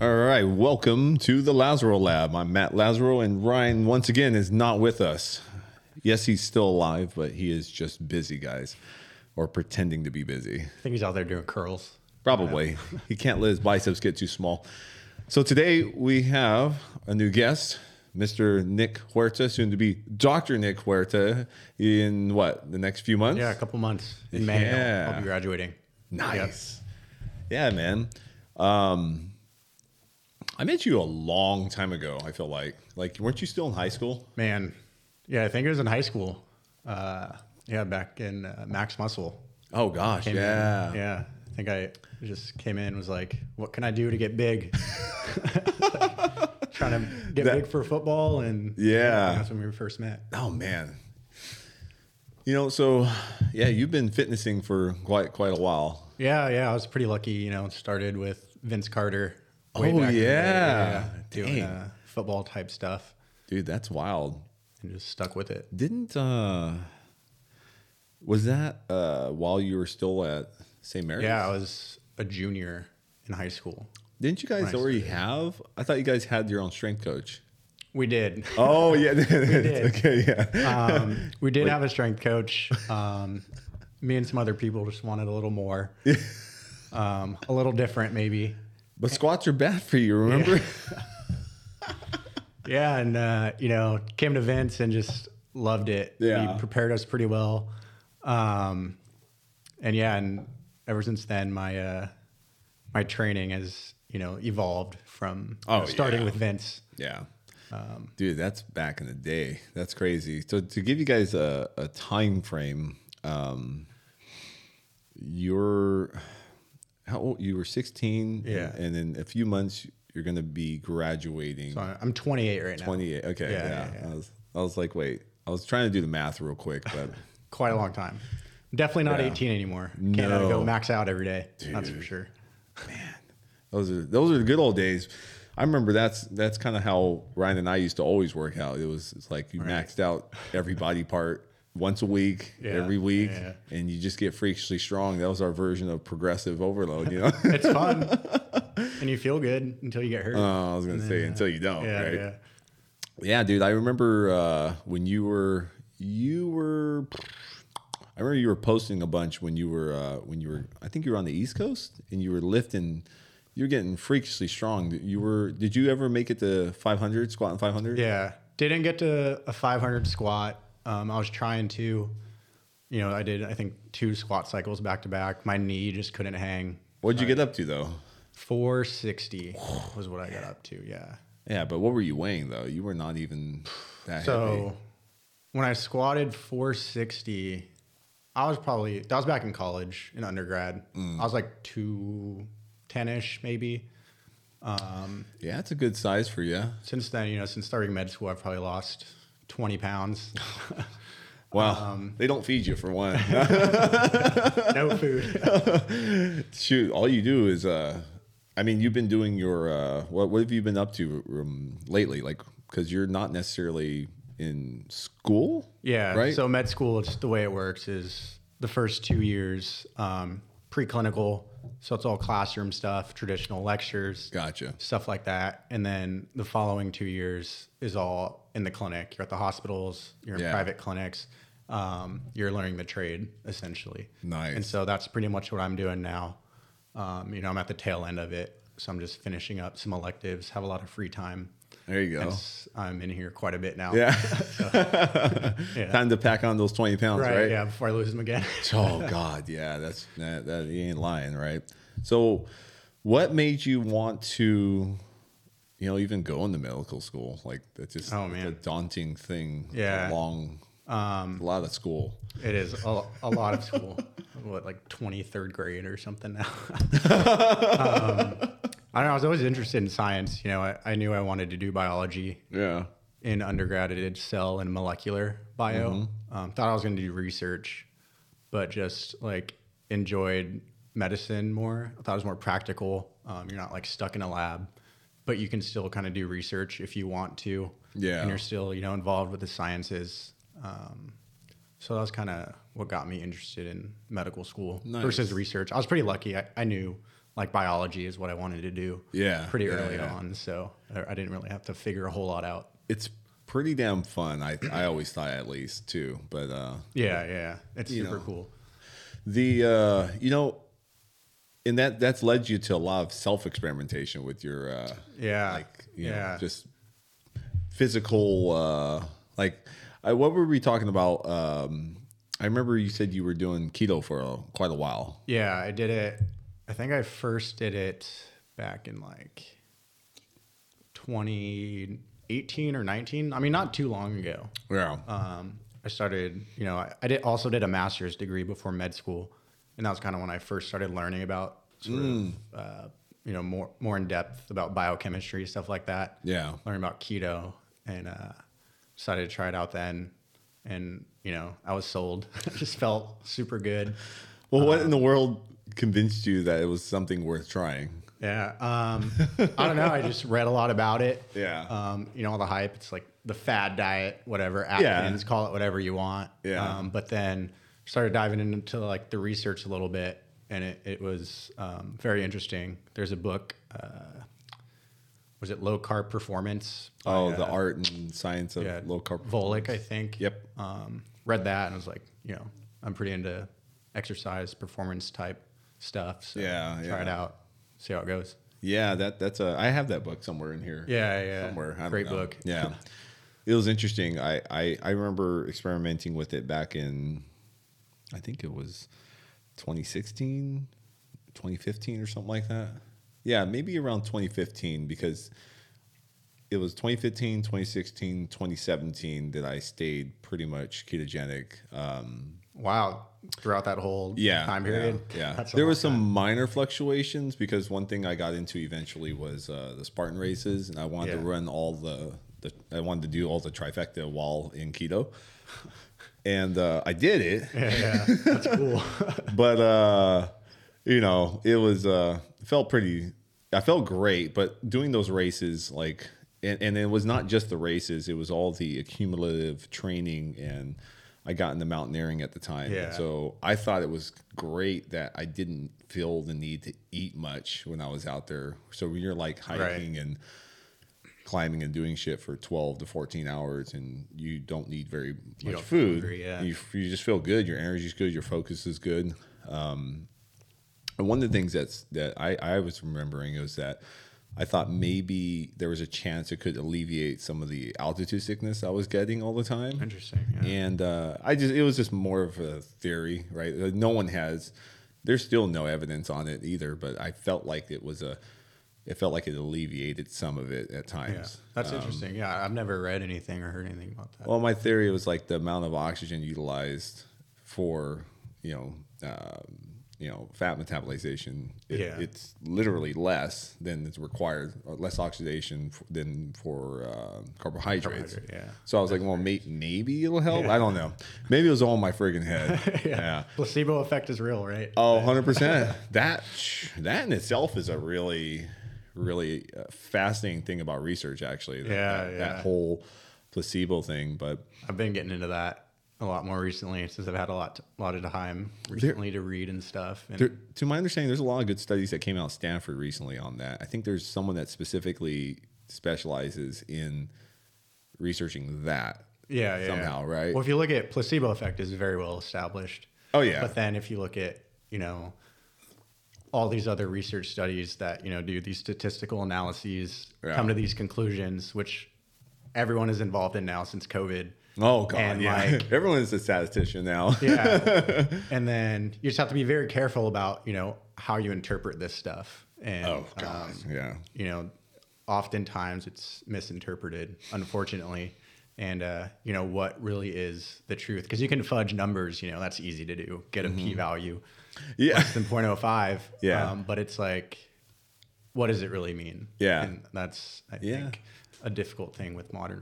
All right, welcome to the Lazaro Lab. I'm Matt Lazaro, and Ryan once again is not with us. Yes, he's still alive, but he is just busy, guys, or pretending to be busy. I think he's out there doing curls. Probably. he can't let his biceps get too small. So today we have a new guest, Mr. Nick Huerta, soon to be Dr. Nick Huerta, in what, the next few months? Yeah, a couple months in May. I'll- Yeah. I'll be graduating. Nice. Yeah, man. Um, I met you a long time ago. I feel like, like, weren't you still in high school? Man, yeah, I think it was in high school. Uh, yeah, back in uh, Max Muscle. Oh gosh, Came in. yeah. yeah. I think I just came in and was like, "What can I do to get big?" trying to get That- big for football, and Yeah. that's when we were first met. Oh man. You know, so yeah, you've been fitnessing for quite quite a while. Yeah, yeah, I was pretty lucky. You know, started with Vince Carter. Oh, in the day, yeah. doing Dang. uh, football type stuff, Dude, that's wild. and just stuck with it. Didn't uh was that uh while you were still at St. Mary's? Yeah, I was a junior in high school. Didn't you guys Nice. already have I thought you guys had your own strength coach. We did. Oh yeah. okay, yeah. Um, we did have a strength coach. Um, me and some other people just wanted a little more, um, a little different, maybe. But squats are bad for you, remember? Yeah, and uh, you know, came to Vince and just loved it. Yeah. he prepared us pretty well. Um, and yeah, and ever since then, my uh, my training has you know evolved from you know, Oh, starting yeah. with Vince. Yeah. Um, Dude, that's back in the day. That's crazy. So to give you guys a, a time frame, um, you're how old you were 16 Yeah. and in a few months you're going to be graduating So I'm 28 right now. 28 okay yeah, Yeah, yeah, yeah. I, was, I was like wait i was trying to do the math real quick but quite a long time. Definitely not Yeah. 18 anymore. Can't uh, No. go max out every day. That's for sure. those are those are the good old days i remember that's that's kind of how ryan and i used to always work out it was it's like you maxed out every body part once a week Yeah, every week yeah. and you just get freakishly strong that was our version of progressive overload you know It's fun, and you feel good until you get hurt. i was gonna say until you don't yeah, Oh, right yeah. Yeah, dude. I remember uh, when you were you were. I remember you were posting a bunch when you were uh, when you were. I think you were on the East Coast and you were lifting. you were getting freakishly strong. You were. Did you ever make it to 500 squat and 500? Yeah. Didn't get to a 500 squat. Um, I was trying to, you know, I did I think two squat cycles back to back. My knee just couldn't hang. What'd you get up to though? 460 was what I got up to. Yeah. Yeah, but what were you weighing though? You were not even that heavy. So when I squatted 460, I was probably that was back in college in undergrad. I was like 210 ish maybe. Yeah, that's a good size for you. Since then, you know, since starting med school, I've probably lost 20 pounds. Well, Um, they don't feed you for one. no food. Shoot, all you do is uh I mean, you've been doing your uh what what have you been up to um, lately? Like cuz you're not necessarily in school? Yeah. Right? So med school, it's the way it works is the first two years um, preclinical, so it's all classroom stuff, traditional lectures, gotcha. stuff like that, and then the following two years is all in the clinic. You're at the hospitals, you're in Yeah. private clinics, um, you're learning the trade essentially. Nice. And so that's pretty much what I'm doing now. Um, you know, I'm at the tail end of it, so I'm just finishing up some electives, have a lot of free time. There you go. Hence, I'm in here quite a bit now. Yeah. Yeah. Time to pack on those 20 pounds, Right, right? Yeah. Before I lose them again. Oh god, yeah, that's that, that you ain't lying, right? So what made you want to you know, even go into medical school? Like that's just Oh, it's a man. daunting thing. It's a Yeah. Um, long a lot of school. It is a, a lot of school. what, like 23rd grade or something now? um, I don't know. I was always interested in science. You know, I, I knew I wanted to do biology. Yeah. In undergrad, I did cell and molecular bio. Mm-hmm. Um, thought I was going to do research, but just like enjoyed medicine more. I thought it was more practical. Um, you're not like stuck in a lab, but you can still kind of do research if you want to. Yeah. And you're still, you know, involved with the sciences. Um, So that was kind of what got me interested in medical school Nice. versus research. I was pretty lucky. I, I knew like biology is what I wanted to do. Yeah, Pretty yeah, early yeah. on. So I, I didn't really have to figure a whole lot out. It's pretty damn fun. I I always thought at least too, but uh, Yeah. Yeah. It's You super know. cool. the uh, you know, and that that's led you to a lot of self experimentation with your uh, Yeah. like you know, yeah. just physical uh, like I, what were we talking about? Um, I remember you said you were doing keto for a, quite a while. Yeah, I did it. I think I first did it back in like 2018 or 19. I mean, not too long ago. Yeah, Um, I started, you know, I, I did also did a master's degree before med school, and that was kind of when I first started learning about sort Mm. of, uh, you know, more more in depth about biochemistry stuff like that. yeah, Learning about keto and uh, decided to try it out then, and you know, I was sold. it just felt super good. Well, what in the world convinced you that it was something worth trying? Yeah. Um, I don't know. I just read a lot about it. Yeah. Um, you know, all the hype. It's like the fad diet, whatever. Atkins, call it whatever you want. Yeah. Um, but then started diving into like the research a little bit, and it, it was um, very interesting. There's a book. Uh, was it Low Carb Performance? by, Oh, uh, the art and science of yeah, low carb. Volek, I think. Yep. Um, read that and was like, you know, I'm pretty into exercise performance type stuff. So Yeah, try it yeah. out, see how it goes. Yeah, that that's a. I have that book somewhere in here. Yeah, yeah. somewhere. I don't Great know. book. Yeah, it was interesting. I, I I remember experimenting with it back in, I think it was 2016, 2015 or something like that. Yeah, maybe around 2015 because it was 2015, 2016, 2017 that I stayed pretty much ketogenic. Um, Wow. Throughout that whole yeah, time period. Yeah, yeah. That's a there lot. was some minor fluctuations because one thing I got into eventually was uh, the Spartan races, and I wanted to Yeah. run all the, the I wanted to do all the trifecta while in keto, and uh, I did it Yeah, yeah. That's cool. but uh you know it was uh felt pretty i felt great but doing those races like and, and it was not just the races it was all the accumulative training and i got into mountaineering at the time Yeah. so i thought it was great that i didn't feel the need to eat much when i was out there so when you're like hiking and climbing and doing shit for 12 to 14 hours and you don't need very much don't feel food hungry, yeah. you, you just feel good your energy's good your focus is good Um, and one of the things that's that I, I was remembering is that I thought maybe there was a chance it could alleviate some of the altitude sickness I was getting all the time. Interesting, yeah. And uh, I just it was just more of a theory, right? Uh, No one has. There's still no evidence on it either, but I felt like it was a. It felt like it alleviated some of it at Yeah. times. That's interesting. Yeah. I've never read anything or heard anything about that. Um, Well, my theory was like the amount of oxygen utilized for you know uh, you know fat metabolization. It, Yeah. it's literally less than is required, or less oxidation f- than for uh, carbohydrates. Carbohydrate, yeah. So I was like, well, may- maybe it'll help. I don't know. Maybe it was all in my friggin' head. yeah. Placebo effect is real, right? Oh, 100 percent. That that in itself is a really, really uh, fascinating thing about research. Actually, that, Yeah, that, yeah. that whole placebo thing, but. I've been getting into that a lot more recently since I've had a lot, a lot of time recently to read and stuff. And There, to my understanding, there's a lot of good studies that came out of Stanford recently on that. I think there's someone that specifically specializes in researching that. yeah, yeah. somehow, right? Well, if you look at placebo effect is very well established. Oh, yeah. But then if you look at, you know, all these other research studies that, you know, do these statistical analyses, Yeah. come to these conclusions, which everyone is involved in now since COVID. Oh god, And, yeah. like- Everyone's a statistician now. Yeah. and then you just have to be very careful about, you know, how you interpret this stuff. And Oh god, um, yeah. you know, oftentimes it's misinterpreted, unfortunately. And uh, you know what really is the truth because you can fudge numbers. You know that's easy to do. Get a value Yeah. less than 0.05. Mm-hmm. Yeah. Um, but it's like, what does it really mean? Yeah. and that's I Yeah. think a difficult thing with modern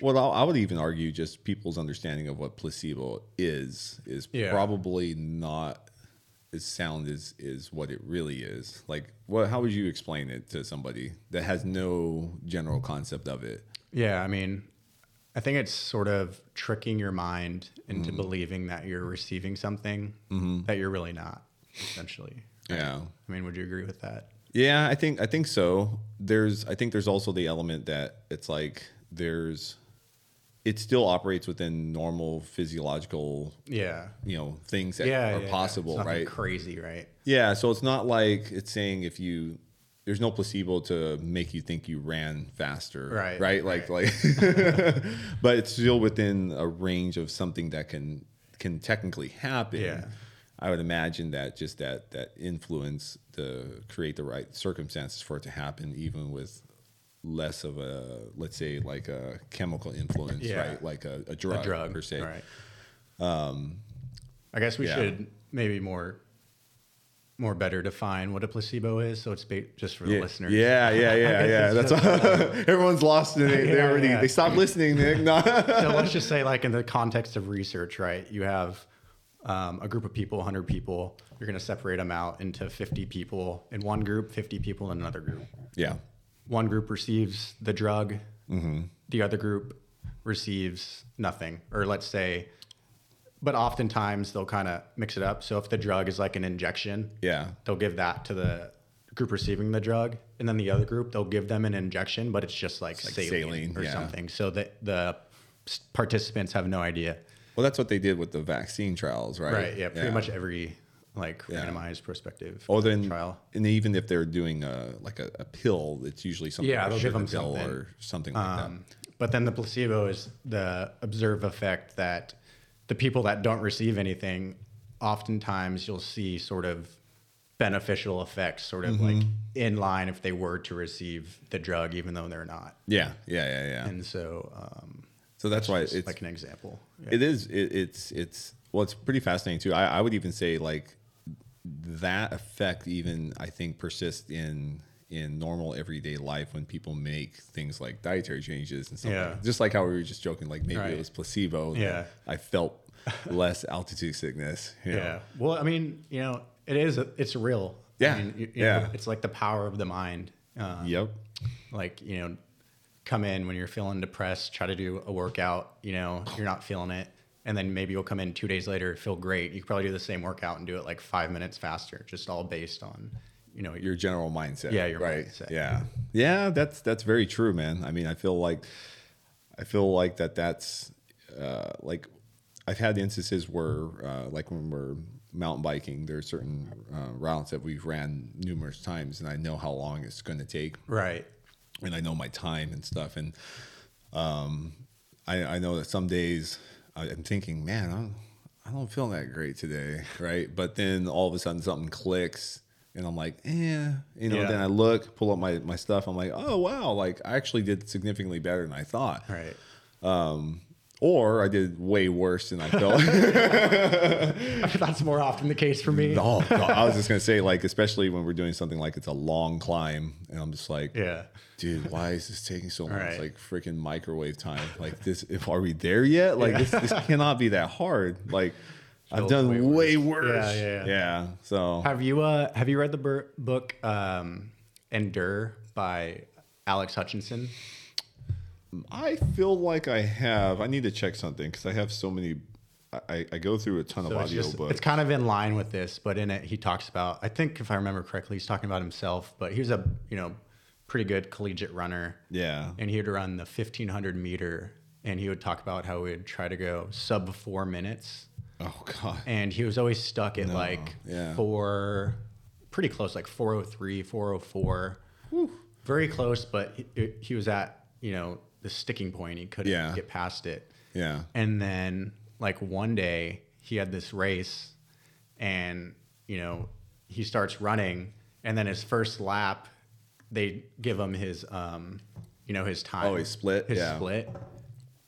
Well, I I would even argue just people's understanding of what placebo is is Yeah. probably not as sound as is what it really is. Like, what? How would you explain it to somebody that has no general concept of it? Yeah, I mean, I think it's sort of tricking your mind into Mm-hmm. believing that you're receiving something that you're really not, essentially. Yeah. I mean, would you agree with that? Yeah, I think I think so. There's I think there's also the element that it's like there's it still operates within normal physiological, Yeah. you know, things that Yeah. are yeah, yeah. possible, It's nothing right? Crazy, right? Yeah, so it's not like it's saying if you there's no placebo to make you think you ran faster, Right, Right, like like, but it's still within a range of something that can can technically happen. Yeah. I would imagine that just that that influence to create the right circumstances for it to happen, even with less of a let's say like a chemical influence, Yeah. right? Like a, a drug, A drug, per se. right? Um, I guess we yeah. should maybe more, more better define what a placebo is. So it's ba- just for the Yeah, listeners. Yeah, yeah, yeah, guess yeah. it's That's everyone's lost in it. They Yeah, already yeah. they stopped listening. Nick. No. so let's just say, like in the context of research, right? You have um, a group of people, 100 people. You're going to separate them out into 50 people in one group, 50 people in another group. yeah, One group receives the drug. Mm-hmm. The other group receives nothing, or let's say. But oftentimes they'll kind of mix it up. So if the drug is like an injection, yeah, they'll give that to the group receiving the drug and then the other group they'll give them an injection but it's just like, like saline, saline, or yeah. something so that the s- participants have no idea Well, that's what they did with the vaccine trials, right? right yeah pretty much every like Yeah. randomized prospective Or Oh, then, trial and even if they're doing a like a, a pill, it's usually something. Yeah, like they'll a give sugar pill them something. or something like um, but then the placebo is the observe effect that the people that don't receive anything oftentimes you'll see sort of beneficial effects sort of Mm-hmm. like in line if they were to receive the drug even though they're not that. Yeah, yeah, yeah, yeah. and so um, so that's why it's it's like an example. it is it, it's it's well it's pretty fascinating too I, I would even say like that effect even i think persists in in normal everyday life when people make things like dietary changes and stuff Yeah. like- just like how we were just joking like maybe Right. it was placebo that Yeah. i felt less altitude sickness you know? Yeah. Well, I mean, you know, it is. It's real. Yeah. I mean, you- you Yeah. know, it's like the power of the mind. Uh, yep Like you know, come in when you're feeling depressed, try to do a workout. You know, you're not feeling it, and then maybe you'll come in two days later, feel great. You could probably do the same workout and do it like five minutes faster, just all based on, you know, your your general mindset. Yeah, your right. mindset. Yeah, yeah, that's that's very true, man. I mean, I feel like I feel like that that's uh, like I've had instances where uh, like when we're mountain biking, there are certain uh, routes that we've ran numerous times, and I know how long it's going to take right. and I know my time and stuff. And um, I, I know that some days I- I'm thinking, man, I'm, I don't feel that great today, right? But then all of a sudden something clicks, and I'm like, eh, you know. Yeah. Then I look, pull up my my stuff. I'm like, oh wow, like I actually did significantly better than I thought, Right. or I did way worse than I felt. That's more often the case for me. oh, God, I was just gonna say, like, especially when we're doing something like it's a long climb, and I'm just like, Yeah. dude, why is this taking so long? It's Right. like freaking microwave time. Like this, if are we there yet? Like this, this cannot be that hard. Like I've Feels done way, way worse. Yeah, yeah, yeah. So Have you uh have you read the bur- book um, Endure by Alex Hutchinson? um, I feel like I have. I need to check something because I have so many. I- I, I go through a ton So of it's, audio just, books. it's kind of in line with this, but in it he talks about I think if I remember correctly, he's talking about himself, but he was a you know pretty good collegiate runner. yeah. And he would run the fifteen hundred meter and he would talk about how he would try to go sub four minutes. Oh god. And he was always stuck at like yeah. four pretty close, like 403, 404. Very close, but he, he was at, you know, the sticking point. He couldn't Yeah. get past it. Yeah. And then, like one day, he had this race, and you know, he starts running, and then his first lap, they give him his, um, you know, his time. Oh, his split? His Yeah. split,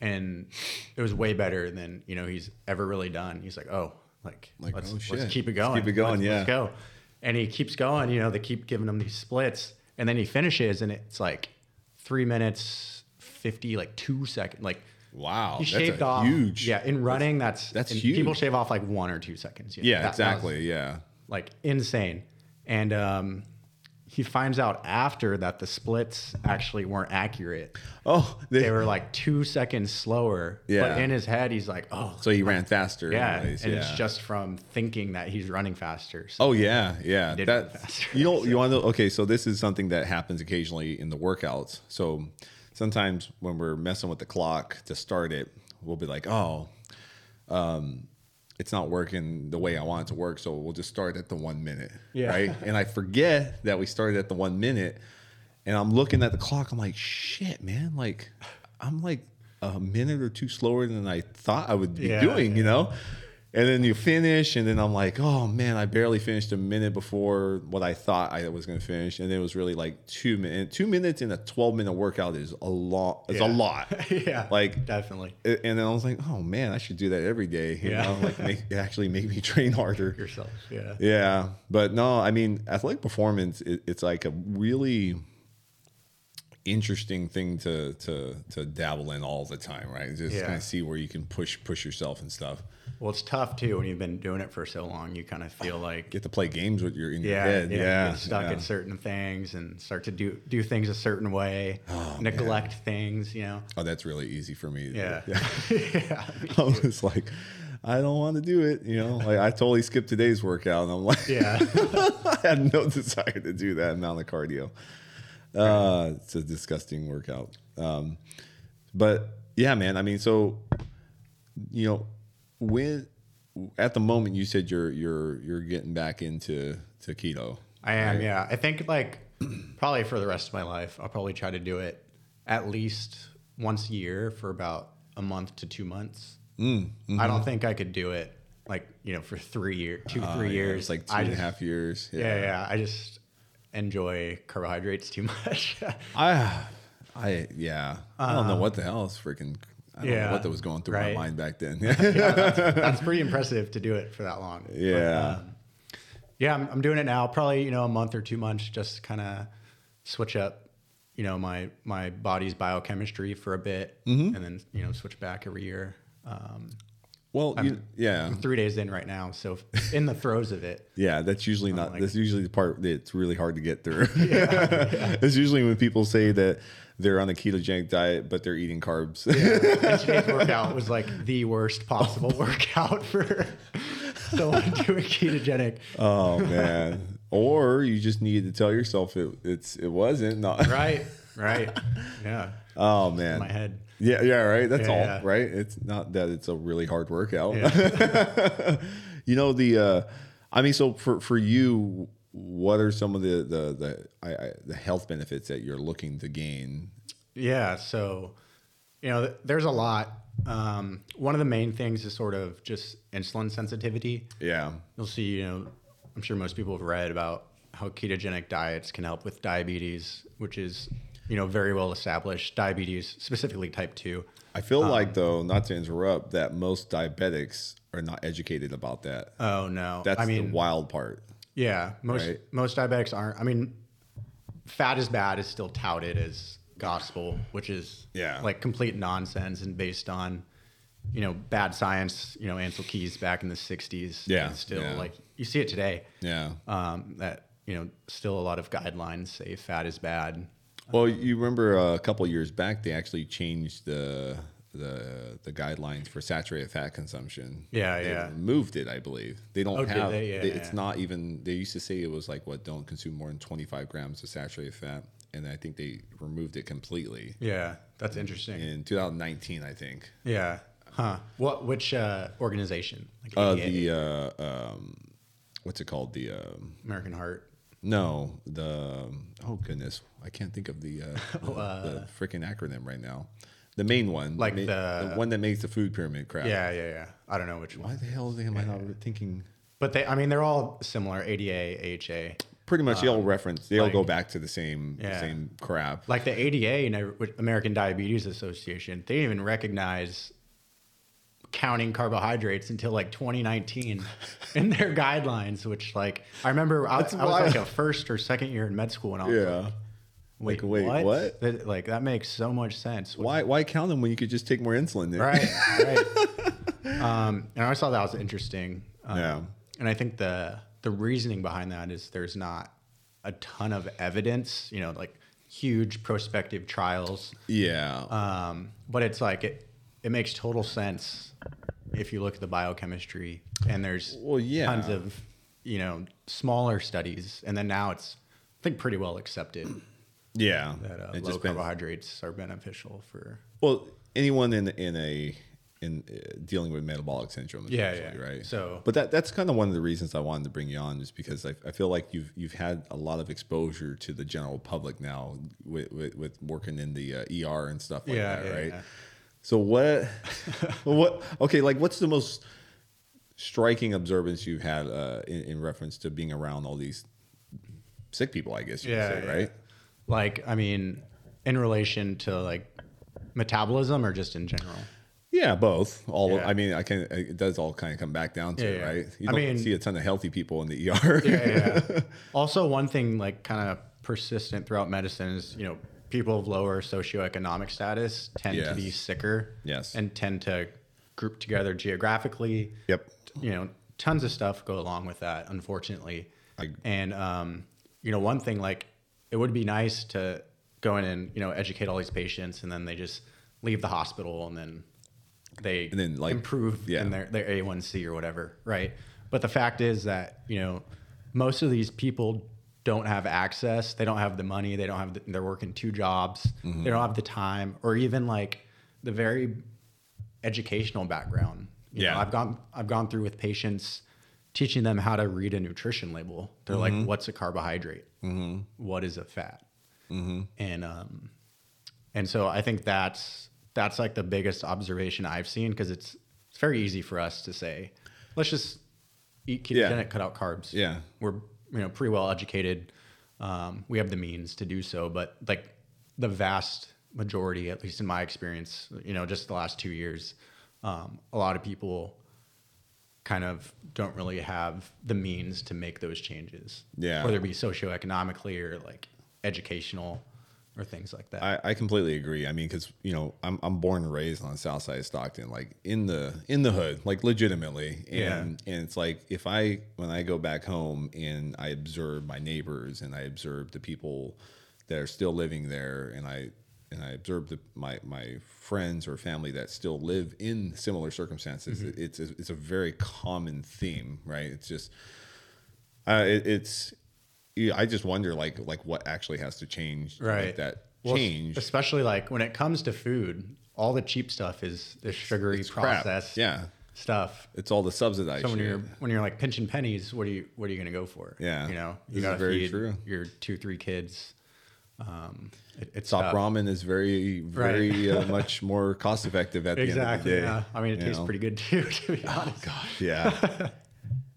and it was way better than you know he's ever really done. He's like, oh, like, Like, let's, oh, shit. let's keep it Let's going, keep it going, Let's- yeah. let's go. And he keeps going. You know, they keep giving him these splits, and then he finishes, and it's like three minutes fifty, like two second, like Wow. he Oh, that's shaved a off Huge. yeah in running that's that's and huge. people shave off like one or two seconds you know, Yeah. that- that was, exactly. yeah. like insane and um he finds out after that the splits actually weren't accurate. Oh, they, They were like two seconds slower. Yeah. But in his head, he's like, oh, so he ran faster. yeah. anyways, and it's yeah. just from thinking that he's running faster. So Oh yeah, yeah. did That it faster, you know you want to okay. So this is something that happens occasionally in the workouts. So sometimes when we're messing with the clock to start it, we'll be like, oh, um, it's not working the way I want it to work. So we'll just start at the one minute, Yeah. right? And I forget that we started at the one minute, and I'm looking at the clock. I'm like, shit, man. Like, I'm like a minute or two slower than I thought I would be Yeah, doing, you know? And then you finish, and then I'm like, oh man, I barely finished a minute before what I thought I was going to finish, and it was really like two minutes. Two minutes in a 12 minute workout is a lot. It's a Yeah. lot. yeah. Oh, Like, definitely. and then I was like, oh man, I should do that every day. You Yeah. know, like make, it actually make me train harder. Yourself. Yeah. Yeah, but no, I mean, athletic performance. It, it's like a really interesting thing to to to dabble in all the time, right? Just Yeah. kind of see where you can push push yourself and stuff. Well, it's tough too when you've been doing it for so long. You kind of feel like Get to play games with your in your yeah, head. yeah, Yeah, you get stuck yeah. at certain things and start to do do things a certain way, neglect things. You know, oh, that's really easy for me. yeah, I was like, I don't want to do it. You know, like I totally skipped today's workout, and I'm like, yeah. I had no desire to do that amount of cardio. Uh, it's a disgusting workout. Um, but yeah, man. I mean, so you know, when at the moment you said you're you're you're getting back into to keto. I am. Yeah, I think like probably for the rest of my life, I'll probably try to do it at least once a year for about a month to two months. Mm, I don't think I could do it like you know for three year, two mm-hmm. Uh, three yeah, years. it's like two I and a half just- years. Yeah, yeah. I just enjoy carbohydrates too much. I, I yeah. I don't know what the hell is freaking. I don't know Uh, yeah, what that was going through right. my mind back then. That's pretty impressive to do it for that long. But, um, yeah. Yeah, I'm, I'm doing it now. Probably you know a month or two months, just kind of switch up, you know my my body's biochemistry for a bit, and then you know switch back every year. Um, Well, you, yeah. I'm three days in right now, so in the throes of it. Yeah, that's usually not. that's usually the part that's really hard to get through. it's usually when people say that they're on a ketogenic diet but they're eating carbs. And today's workout was like the worst possible workout for someone doing ketogenic. oh man! Or you just needed to tell yourself it it's it wasn't. Not, Right, right, yeah. Oh My man. head. Yeah, yeah, right. That's Yeah, all, right. yeah. It's not that it's a really hard workout. Yeah. you know the uh i mean so for for you what are some of the the the, I, I, the health benefits that you're looking to gain Yeah. So, you know, th- there's a lot. Um, one of the main things is sort of just insulin sensitivity. yeah You'll see, you know, I'm sure most people have read about how ketogenic diets can help with diabetes, which is, you know, very well established. Diabetes, specifically type 2. i feel Um, like though not to interrupt that most diabetics are not educated about that Oh, no. that's I mean, the wild part yeah. Most, Right. most diabetics aren't. I mean, fat is bad is still touted as gospel, which is Yeah. like complete nonsense and based on you know bad science. You know Ansel Keys back in the '60s. Yeah, and still yeah. like you see it today. yeah Um, that you know still a lot of guidelines say fat is bad. well you remember uh, a couple of years back they actually changed the the the guidelines for saturated fat consumption Yeah, They yeah. removed it i believe they don't Oh, did have they? Yeah, they- it's yeah. not even they used to say it was like what don't consume more than 25 grams of saturated fat and i think they removed it completely Yeah, that's interesting. Yeah. in 2019 i think Huh. What? Which uh, organization? Like uh, ADA, the uh, um, what's it called the um, American Heart. no the um, oh goodness i can't think of the uh, the, the freaking acronym right now the main one Like ma- the- one that makes the food pyramid crap Yeah, yeah, yeah. I don't know which one. why the hell am i not thinking But they, I mean, they're all similar. ADA, AHA. pretty much they all reference they all Um, like- go back to the same Yeah. same crap like the ADA, you know, which- American Diabetes Association, they didn't even recognize counting carbohydrates until like 2019 in their guidelines. Which, like, I remember I, I was wild. like a first or second year in med school, and I was yeah like, "Wait, Like, wait, what? what? That- like that makes so much sense." why why count them when you could just take more insulin then? Right, right. um, and I always thought that was interesting. Um, Yeah. And I think the the reasoning behind that is there's not a ton of evidence, you know, like huge prospective trials. Yeah. Um, but it's like it, it makes total sense if you look at the biochemistry and there's Well, yeah. tons of, you know, smaller studies. And then now it's, I think, pretty well accepted yeah. that uh, It low just been- carbohydrates are beneficial for. well, anyone in in a in uh, dealing with metabolic syndrome, Yeah, especially, yeah. right. So- but that that's kind of one of the reasons I wanted to bring you on, is because I, I feel like you've you've had a lot of exposure to the general public now with with, with working in the uh, ER and stuff like Yeah, that, yeah, right? yeah. So what what okay, like what's the most striking observance you've had uh, in, in reference to being around all these sick people, I guess you could say, right? Like, I mean, in relation to like metabolism or just in general? Yeah, both. All Yeah. I mean, I can. It does all kind of come back down to Yeah, it, yeah. right? You I don't mean- see a ton of healthy people in the ER. yeah. yeah. also, one thing like kind of persistent throughout medicine is you know people of lower socioeconomic status tend to Yes. be sicker. Yes. And tend to group together geographically. Yep. You know, tons of stuff go along with that, unfortunately. I- and um, you know, one thing like it would be nice to go in and you know educate all these patients, and then they just leave the hospital, and then they And then, like, improve yeah. in their their A1C or whatever, right? But the fact is that you know most of these people don't have access. They don't have the money. They don't have. The, they're working two jobs. Mm-hmm. They don't have the time, or even like the very educational background. You Yeah. know, I've gone I've gone through with patients teaching them how to read a nutrition label. They're like, "What's a carbohydrate? What is a fat?" And um, and so I think that's that's like the biggest observation I've seen because it's it's very easy for us to say, let's just eat ketogenic, cut out carbs. Yeah. we're you know pretty well educated. Um, we have the means to do so, but like the vast majority, at least in my experience, you know, just the last two years, um, a lot of people kind of don't really have the means to make those changes. Yeah. whether it be socioeconomically or like educational or things like that. I, I completely agree. I mean, because you know, I'm I'm born and raised on the South Side of Stockton, like in the in the hood, like legitimately. And and it's like if I when I go back home and I observe my neighbors and I observe the people that are still living there, and I and I observe the, my my friends or family that still live in similar circumstances, Mm-hmm. it's a, it's a very common theme, right? It's just uh, it, it's. yeah, I just wonder, like, like what actually has to change, to make right that Well, es- change. especially like when it comes to food all the cheap stuff is the sugary crap. processed Yeah, stuff it's all the subsidized. so when shit. you're when you're like pinching pennies what are you what are you gonna go for Yeah. you know you This is gotta very feed true. your two three kids um it- it's Top tough. ramen is very, very uh, much more cost effective at the exactly end yeah of the day. i mean it you tastes know? Oh, pretty good too to be honest Yeah.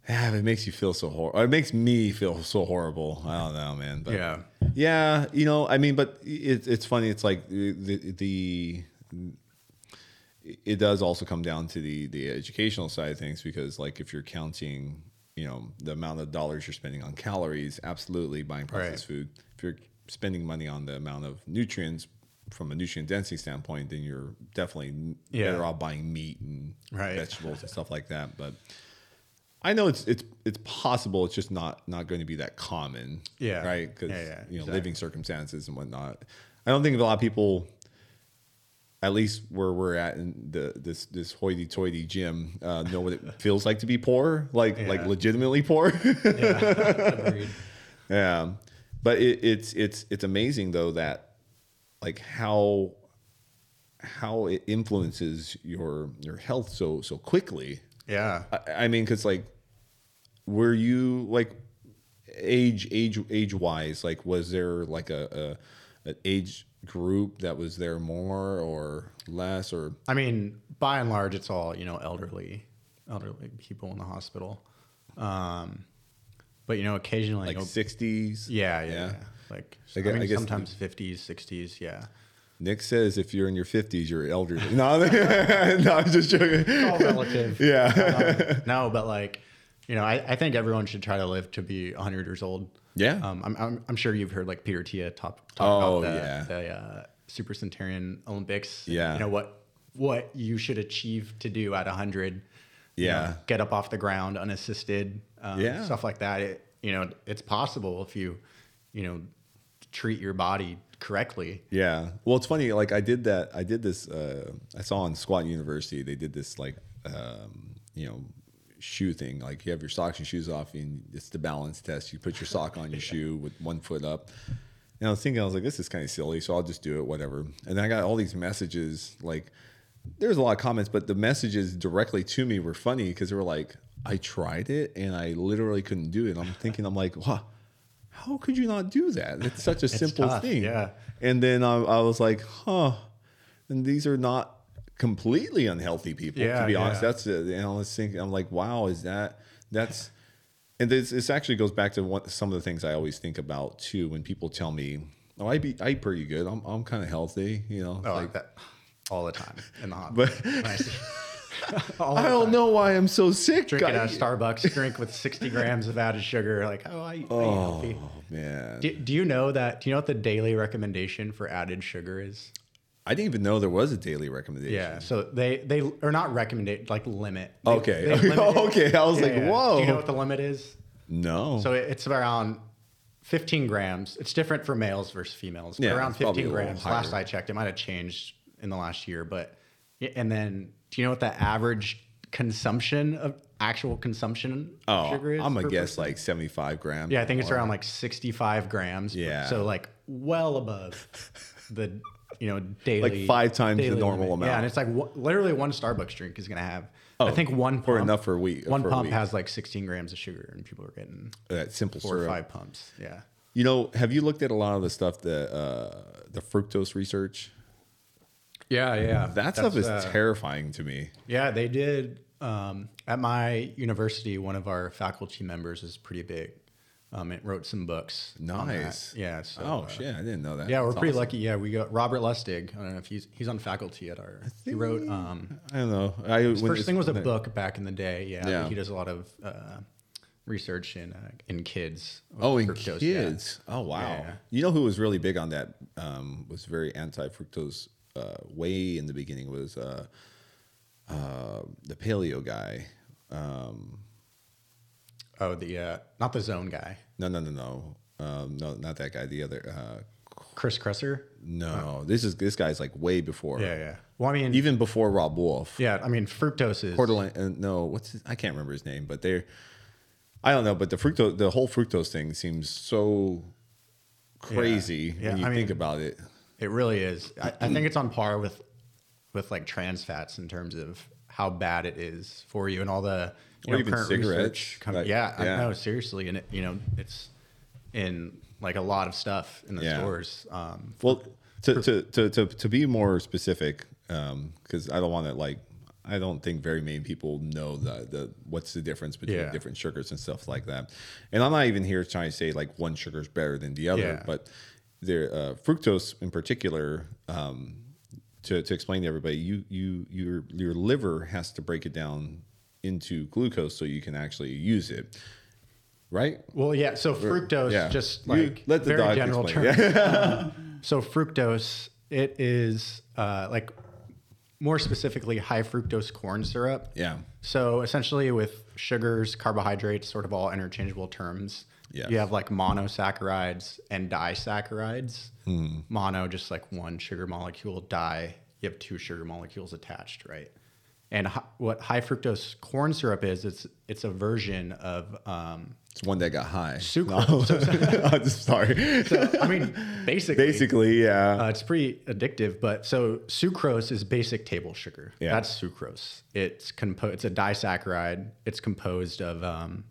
Yeah, it makes you feel so horrible. It makes me feel so horrible. I don't know, man. But Yeah. yeah, you know, I mean, but it, it's funny. It's like the, the it does also come down to the the educational side of things because like if you're counting, you know, the amount of dollars you're spending on calories, absolutely buying processed food. If you're spending money on the amount of nutrients from a nutrient density standpoint, then you're definitely Yeah. better off buying meat and Right. vegetables and stuff like that. But I know it's it's it's possible. It's just not not going to be that common. Yeah. Right. Because Yeah, yeah, you know exactly. living circumstances and whatnot. I don't think a lot of people, at least where we're at in the this this hoity-toity gym, uh, know what it feels like to be poor. Like like Yeah. legitimately poor. Agreed. Yeah, but it, it's it's it's amazing though that like how how it influences your your health so so quickly. yeah I, I mean, because like, were you like age age age wise? Like, was there like a, a an age group that was there more or less or I mean, by and large, it's all you know, elderly, elderly people in the hospital. Um, but you know, occasionally, like you'll- sixties? yeah, yeah, yeah. yeah. like I I, gue- mean, I guess- sometimes fifties, sixties, yeah. Nick says if you're in your fifties, you're elderly. no, no, I'm just joking. All relative. Yeah, no, but like, you know, I, I think everyone should try to live to be hundred years old. Yeah. Um, I'm, I'm, I'm sure you've heard like Peter Tia talk, talk Oh, about the, yeah. the uh, Super Centurion Olympics. Yeah. You know what what you should achieve to do at hundred. Yeah. get up off the ground unassisted. Um, Yeah. Stuff like that. It, you know, it's possible if you you know, treat your body correctly. Yeah. Well, it's funny. Like I did that. I did this. Uh, I saw on Squat University they did this like um, you know shoe thing. Like you have your socks and shoes off, and it's the balance test. You put your sock on your shoe with one foot up. And I was thinking, I was like, this is kind of silly, so I'll just do it, whatever. And then I got all these messages. Like there's a lot of comments, but the messages directly to me were funny because they were like, I tried it and I literally couldn't do it. I'm thinking, I'm like, wow. How could you not do that? It's such a simple tough, thing. yeah. And then I, I was like, huh. And these are not completely unhealthy people, Yeah, to be honest. yeah. That's it. And I was thinking, I'm like, wow, is that, that's, and this, this actually goes back to what, some of the things I always think about too when people tell me, oh, I, be, I eat pretty good. I'm, I'm kind of healthy, you know. Oh, like that all the time in the hospital. But- When I see- all the I don't time. know why I'm so sick. Drinking I- a Starbucks drink with 60 grams of added sugar. Like, oh, I, I eat healthy. oh, man. Do, do you know that? Do you know what the daily recommendation for added sugar is? I didn't even know there was a daily recommendation. Yeah. So they they are not recommended like limit. They- Okay. they limit it. okay. I was Yeah, like, yeah. whoa. Do you know what the limit is? no. So it- it's around 15 grams. It's different for males versus females. but Yeah, around it's probably 15 a little grams. Last I checked, it might have changed in the last year, but and then do you know what the average consumption of actual consumption of oh, sugar is? I'm going per to guess person? like 75 grams. Yeah, I think it's around like 65 grams. Yeah. So like well above the you know daily Like five times the daily normal amount. Yeah, and it's like w- literally one Starbucks drink is gonna have. I think one pump, or enough for a week- One for a pump week. has like 16 grams of sugar, and people are getting That simple four or syrup. five pumps. Yeah. You know, have you looked at a lot of the stuff that uh, the fructose research? Yeah, yeah. That stuff is uh, terrifying to me. Yeah, they did. Um, at my university, one of our faculty members is pretty big. Um, it wrote some books. on that. Nice. Yeah. So, Oh uh, shit, I didn't know that. Yeah, we're That's pretty awesome. lucky. Yeah, we got Robert Lustig. I don't know if he's he's on faculty at our. He wrote um, I don't know. I his when first thing was a when- book back in the day. Yeah, Yeah. he does a lot of uh, research in uh, in kids. with Oh, and fructose, yeah. kids. Oh wow. Yeah. You know who was really big on that? Um, was very anti fructose uh, way in the beginning was uh, uh, the paleo guy. Um, Oh, the uh, not the zone guy, no, no, no, no, um, no, not that guy. The other. Uh, Chris Kresser. no, this is this guy's like way before. Yeah, yeah. Well, I mean, Even before Rob Wolf. yeah, I mean, fructose is. Portland. Uh, no, what's his, I can't remember his name, but they're. I don't know, but the fructose, the whole fructose thing seems so crazy Yeah, when you I think mean- about it. It really is. I, I Mm-hmm. think it's on par with with like trans fats in terms of how bad it is for you and all the you Or know, even current cigarettes, research. Com- like- yeah, yeah. I know seriously, and it, you know it's in like a lot of stuff in the Yeah. stores. Um, Well, to to to to, to be more specific, because I don't want to like. I don't think very many people know the, the what's the difference between Yeah. different sugars and stuff like that. And I'm not even here trying to say like one sugar is better than the other, Yeah. but there uh, fructose in particular. Um, to, to explain to everybody, you you your your liver has to break it down into glucose so you can actually use it, right? well, yeah. So fructose, yeah. just You like let the very doc general explain. term. So fructose, it is uh, like more specifically high fructose corn syrup. Yeah. So essentially, with sugars, carbohydrates, sort of all interchangeable terms. Yes. You have like monosaccharides and disaccharides. Mono, just like one sugar molecule. Di, you have two sugar molecules attached, right? And hi- what high fructose corn syrup is, it's it's a version of um, It's one that got high. Sucrose. No. I'm sorry. so, I mean, basically, Basically, yeah. Uh, it's pretty addictive, but so sucrose is basic table sugar. Yeah. That's sucrose. It's compo- It's a disaccharide. It's composed of um,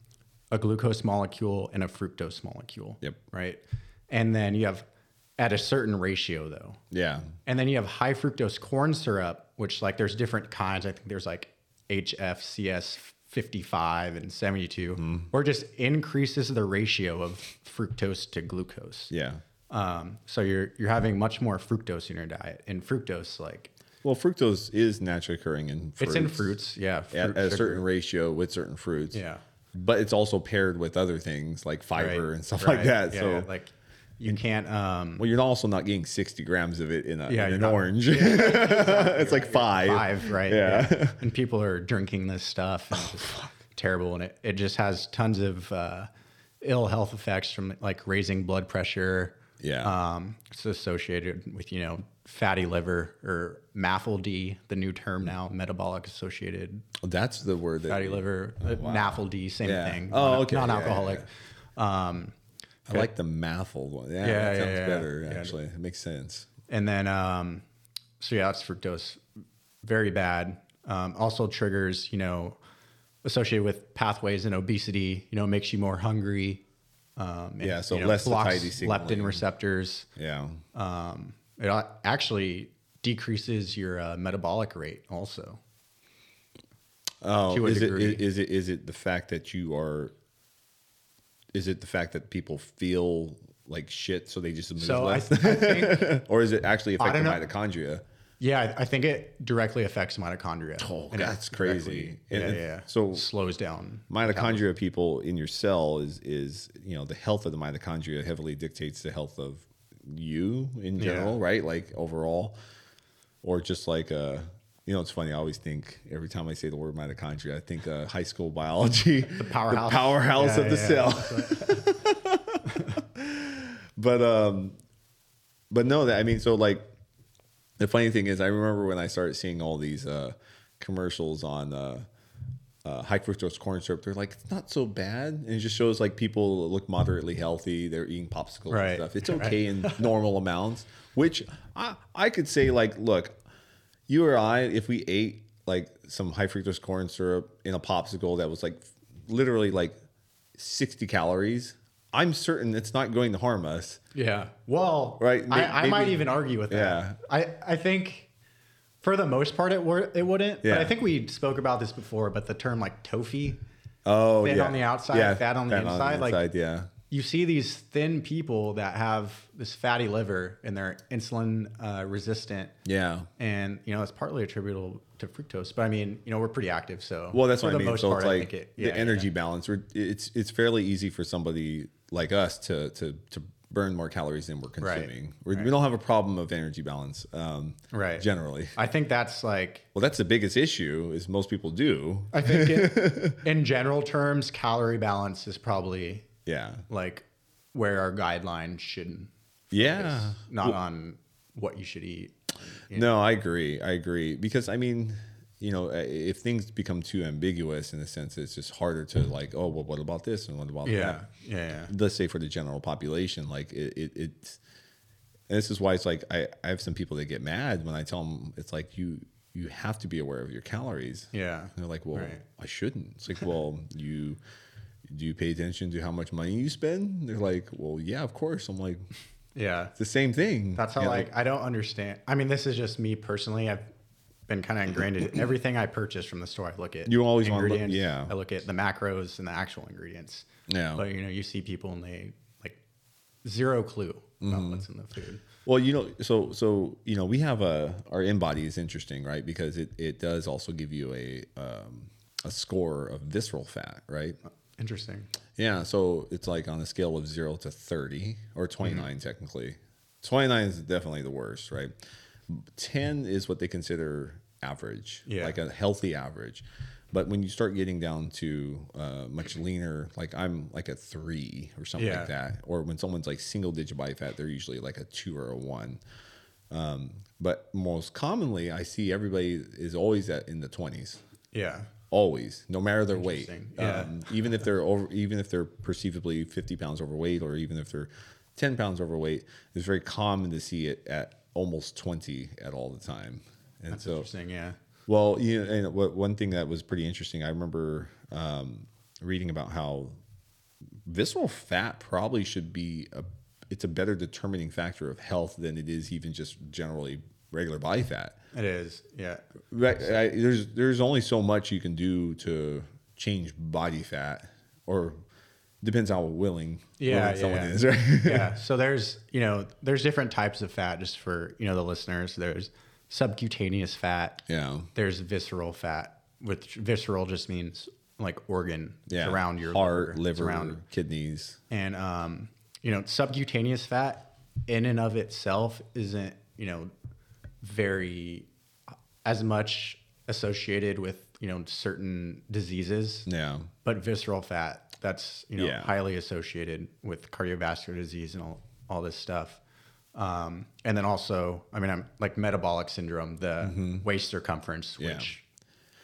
a glucose molecule and a fructose molecule. Yep. Right, and then you have at a certain ratio though, yeah. and then you have high fructose corn syrup, which like there's different kinds. I think there's like HFCS 55 and 72, Mm-hmm. or just increases the ratio of fructose to glucose. Yeah. Um, so you're you're having much more fructose in your diet, and fructose like Well, fructose is naturally occurring in fruits. it's in fruits, yeah, fruit at, at a sugar. certain ratio with certain fruits. Yeah. But it's also paired with other things like fiber Right, and stuff like right, that. yeah, so, yeah, like you can't. Um, well, you're also not getting 60 grams of it in, a, Yeah, in you're an not- orange. it's like five. five, right? Yeah. Oh, And people are drinking this stuff. And it's just terrible, and it, it just has tons of uh, ill health effects from like raising blood pressure. Yeah. Um, it's associated with, you know, fatty liver or MAFLD, the new Hmm. term now, metabolic associated That's the word that fatty liver, uh, NAFLD, same Mm-hmm. Oh, Yeah. thing. Oh, non- okay. Yeah, yeah, Non-alcoholic. Um, I like the maffled one. Yeah, Yeah, that yeah, sounds yeah. better, Yeah. actually. It makes sense. And then, um, so yeah, that's fructose, very bad. Um, also triggers, you know, associated with pathways and obesity. You know, makes you more hungry. Um, and, Yeah, so you know, less blocks satiety signaling. leptin receptors. Yeah. Um, it a- actually decreases your uh, metabolic rate. Also, Oh, to a is it, degree. is it is it the fact that you are? Is it the fact that people feel like shit, so they just move so I, less, I think, or is it actually affecting know. mitochondria? yeah, I- I think it directly affects mitochondria. Oh, it that's crazy. directly- And- yeah, yeah. so- slows down. Mitochondria, people in your cell is is you know the health of the mitochondria heavily dictates the health of you in Yeah. general, right? Like overall, or just like uh you know, it's funny. I always think every time I say the word mitochondria, I think uh, high school biology, the powerhouse. powerhouse Yeah, of the yeah, cell. but um but no that i mean so like the funny thing is i remember when i started seeing all these uh commercials on uh uh, high fructose corn syrup. They're like, it's not so bad, and it just shows like people look moderately healthy. They're eating popsicles and Right. stuff. It's okay in normal amounts. Which I I could say like, look, you or I, if we ate like some high fructose corn syrup in a popsicle that was like f- literally like sixty calories, I'm certain it's not going to harm us. Yeah. Well, Right, may- I, I might maybe- even argue with that. Yeah. I, I think for the most part it were, it wouldn't. Yeah. But I think we spoke about this before, but the term like tofu, Oh Thin yeah, on the outside, fat on the inside, like- yeah, you see these thin people that have this fatty liver and they're insulin uh, resistant. yeah. And you know it's partly attributable to fructose, but I mean you know we're pretty active, so Well, that's for what I the mean. most So part, it's I like think it- the yeah, energy balance. We're, it's it's fairly easy for somebody like us to to to burn more calories than we're Right. consuming. We're, We don't have a problem of energy balance, um, Right. Generally, I think that's like well, that's the biggest issue. Is most people do, I think it, in general terms, calorie balance is probably yeah, like where our guidelines should yeah. not on what you should eat. No, I agree. I agree because I mean, you know, i- if things become too ambiguous in a sense, it's just harder to like, oh, well, what about this and what about that? Mm-hmm. yeah, let's say for the general population, like it, it it's, and this is why it's like I, I have some people that get mad when I tell them it's like you you have to be aware of your calories. yeah, And they're like, well, Right. I shouldn't. It's like, well, you do you pay attention to how much money you spend? They're like, well, yeah, of course. I'm like, yeah. it's the same thing. That's how You know, like I don't understand. I mean, this is just me personally. I've been kind of ingrained in everything I purchase from the store. I look at You always wanna look- ingredients. yeah. I look at the macros and the actual ingredients. Yeah. but you know, you see people and they like zero clue about Mm-hmm. what's in the food. Well, you know, so so you know, we have a our in body is interesting, right? Because it it does also give you a um, a score of visceral fat, right? Interesting. Yeah, so it's like on a scale of zero to thirty or Mm-hmm. twenty technically. Twenty nine is definitely the worst, right? Ten is what they consider average, Yeah. like a healthy average. But when you start getting down to uh, much leaner, like I'm like a three or something Yeah. like that, or when someone's like single digit body fat, they're usually like a two or a one. Um, but most commonly, I see everybody is always at in the twenties Yeah, always, no matter their weight. Interesting. Yeah. Um, even if they're over, even if they're perceivably 50 pounds overweight, or even if they're 10 pounds overweight, it's very common to see it at almost 20 at all the time. And that's so, interesting. Yeah, well, you know, and what, one thing that was pretty interesting, I remember um, reading about how visceral fat probably should be a it's a better determining factor of health than it is even just generally regular body fat. it is. Yeah, Right. I, there's there's only so much you can do to change body fat, or depends how willing, Yeah, willing someone yeah. is, right? yeah. So there's you know there's different types of fat just for you know the listeners. There's subcutaneous fat. yeah. There's visceral fat, which visceral just means like organ. It's Yeah. around your heart, It's liver, around- kidneys. and um, you know subcutaneous fat in and of itself isn't you know very as much associated with you know certain diseases, Yeah. but visceral fat that's you know Yeah. highly associated with cardiovascular disease and all, all this stuff. Um, and then also, I mean, I'm like metabolic syndrome, the waist circumference, Mm-hmm. Yeah. which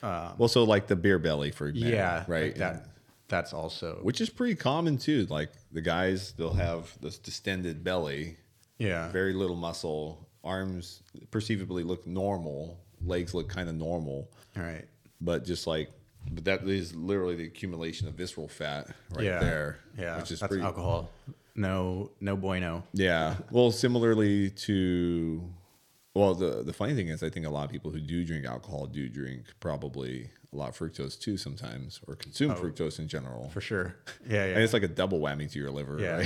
well, so like the beer belly, for example. Um, yeah, like right. that that's also Which is pretty common too. Like the guys, they'll have this distended belly, yeah very little muscle, arms perceivably look normal, legs look kind of normal, all right but just like, but that is literally the accumulation of visceral fat right yeah there. yeah which is that's pretty. alcohol. No, no bueno. Yeah. Well, similarly to, well, the the funny thing is, I think a lot of people who do drink alcohol do drink probably a lot of fructose too sometimes, or consume fructose in general. Oh. for sure. Yeah, yeah. And it's like a double whammy to your liver, Yeah.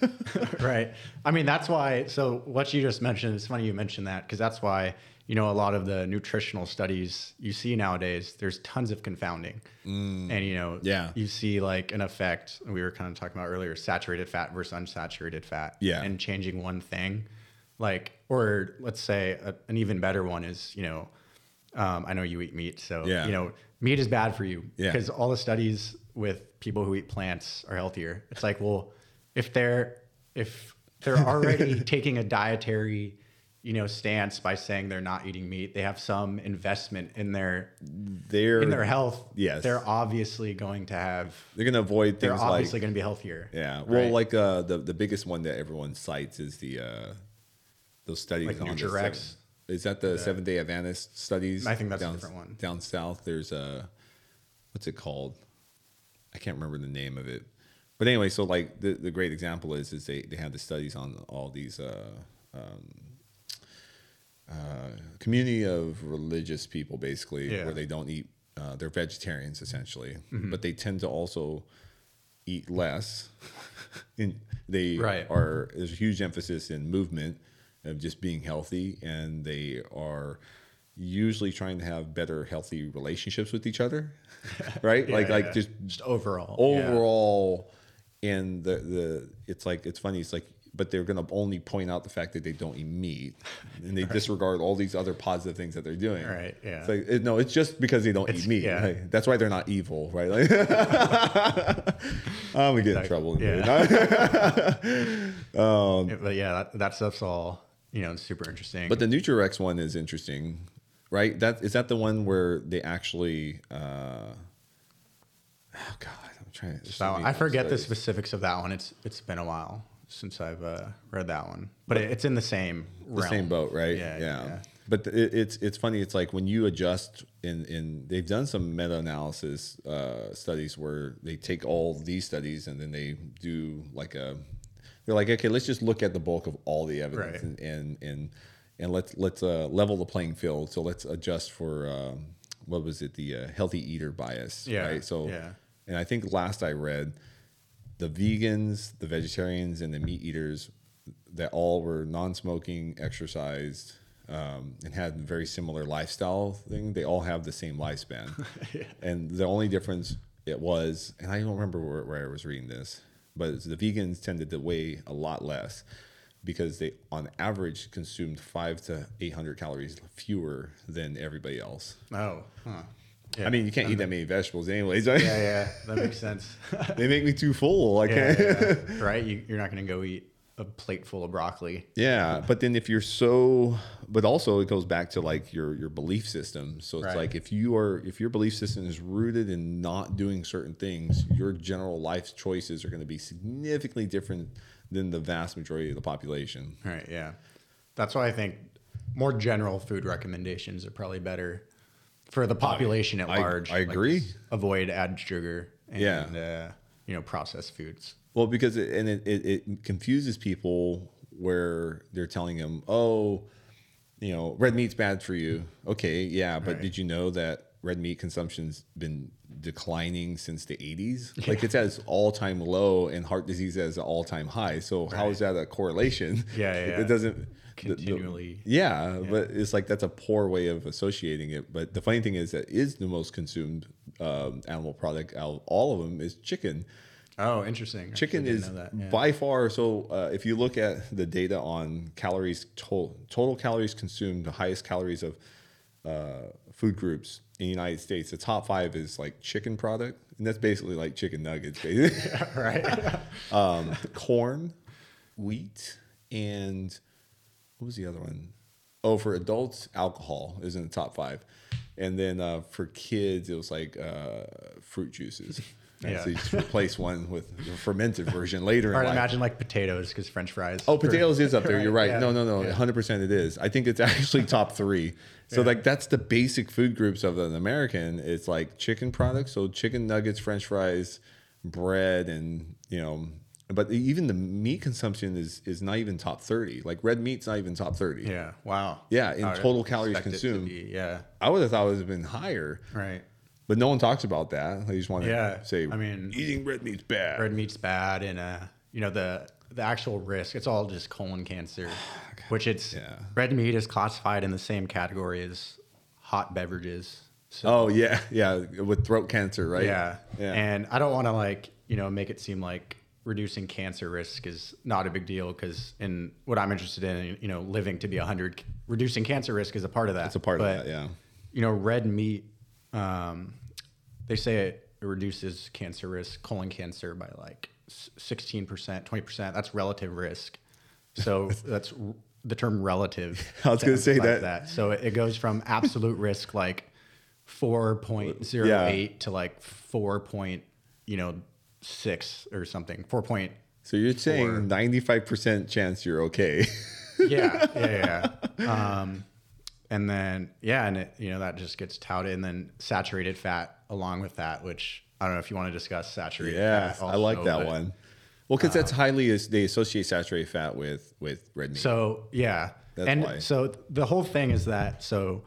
right? right. I mean, that's why. So, what you just mentioned, it's funny you mentioned that because that's why, you know, a lot of the nutritional studies you see nowadays, there's tons of confounding. And, you know, Mm. Yeah. you see like an effect we were kind of talking about earlier saturated fat versus unsaturated fat. Yeah. And changing one thing, like, or let's say a, an even better one is, you know, um, I know you eat meat. So, Yeah. you know, meat is bad for you Yeah. because all the studies with people who eat plants are healthier. It's like, well, if they're if they're already taking a dietary, you know, stance by saying they're not eating meat, they have some investment in their They're in their health. Yes. they're obviously going to have. they're gonna avoid They're things like obviously going to be healthier. yeah. Well, right? like uh, the the biggest one that everyone cites is the uh, those studies Like on the Nutrirex? seven- Is that the Seven Day Adventist studies? I think that's a down, different one. Down south, there's a what's it called? I can't remember the name of it. But anyway, so like the, the great example is is they, they have the studies on all these uh, um, uh, community of religious people basically Yeah. Mm-hmm. where they don't eat uh, they're vegetarians essentially, but they tend to also eat less. and they Right. are there's a huge emphasis in movement of just being healthy, and they are usually trying to have better healthy relationships with each other, right? Yeah, like like yeah. just just overall. yeah. overall and the the it's like it's funny it's like but they're going to only point out the fact that they don't eat meat and they disregard all these other positive things that they're doing Right, yeah. it's like it, no it's just because they don't It's- eat meat yeah. Like, that's why they're not evil right like i'm gonna get in trouble Yeah. but yeah, that, that stuff's all you know super interesting. but the nutrirex one is interesting right that is that the one where they actually uh oh god i'm trying to That one- I forget the specifics of that one. It's it's been a while since I've uh, read that one, but it, it's in the same the realm. same boat, right? Yeah, yeah. But th- it, it's it's funny. It's like when you adjust in in they've done some meta analysis uh, studies where they take all these studies and then they do like a they're like okay let's just look at the bulk of all the evidence and Right. and and, and let's let's uh, level the playing field. So let's adjust for um, what was it the uh, healthy eater bias, Yeah, right? So yeah. and I think last I read, the vegans, the vegetarians, and the meat eaters that all were non-smoking, exercised, um, and had very similar lifestyle thing. They all have the same lifespan, and the only difference it was, and I don't remember where, where I was reading this, but it's the vegans tended to weigh a lot less because they, on average, consumed five to eight hundred calories fewer than everybody else. Oh, huh. yeah. I mean, you can't eat that many vegetables, anyways. yeah, yeah, that makes sense. they make me too full. I yeah, can't. yeah, yeah. Right? You, you're not going to go eat a plate full of broccoli. Yeah, but then if you're so, but also it goes back to like your your belief system. So it's Right. like if you are if your belief system is rooted in not doing certain things, your general life choices are going to be significantly different than the vast majority of the population. Right? Yeah, that's why I think more general food recommendations are probably better for the population at I- large. I agree. avoid added sugar. And, Yeah. Uh, you know, processed foods. Well, because it, and it, it, it confuses people where they're telling them, oh, you know, red meat's bad for you. Okay, yeah, but Right. did you know that red meat consumption's been declining since the 80s? Like it's at its all time low and heart disease at its all time high. So how is that a correlation? Yeah, yeah, yeah. It doesn't the- the- Continually. yeah, but it's like that's a poor way of associating it. But the funny thing is that is the most consumed um, animal product out of all of them is chicken Oh, interesting. I actually chicken didn't is know that. Yeah. by far so uh, if you look at the data on calories total total calories consumed the highest calories of uh, food groups in the United States, the top five is like chicken product, and that's basically like chicken nuggets, basically. right? um, corn, wheat, and what was the other one? Oh, for adults, alcohol is in the top five, and then uh, for kids, it was like uh, fruit juices. And So Yeah. you just replace one with the fermented version later in or I'd life. imagine like potatoes because French fries. Oh, potatoes is up there. You're right. yeah, No, no, no. 100% it is. I think it's actually top three. So, like, that's the basic food groups of an American. It's like chicken products. So, chicken nuggets, french fries, bread, and, you know, but e-, even the meat consumption is is not even top 30. Like, red meat's not even top 30. yeah. Wow. Yeah, in I would total calories expect it to consumed. be- yeah. I would have thought it would have been higher, Right. but no one talks about that. They just want to Yeah, say, I mean- eating red meat's bad. Red meat's bad, and uh, you know the the actual risk. It's all just colon cancer, which it's Yeah. red meat is classified in the same category as hot beverages. So oh, yeah. Yeah. With throat cancer, right? Yeah. Yeah. And I don't want to like, you know, make it seem like reducing cancer risk is not a big deal because in what I'm interested in, you know, living to be 100, reducing cancer risk is a part of that. it's a part But, of that. Yeah. You know, red meat, um, they say it, it reduces cancer risk, colon cancer by like s- 16%, 20%. That's relative risk. So that's r- the term relative. I was gonna say emphasize that- So it, it goes from absolute risk like 4.08 to like 4. Point, you know 6 or something. 4. Point, So you're saying ninety five percent chance you're okay. yeah, yeah, yeah. Um and then yeah, and it you know that just gets touted and then saturated fat along with that, which I don't know if you want to discuss saturated fat. I like also, that but- one. Well, because that's highly as they associate saturated fat with with red meat. Um, So yeah, That's and why. so the whole thing is that so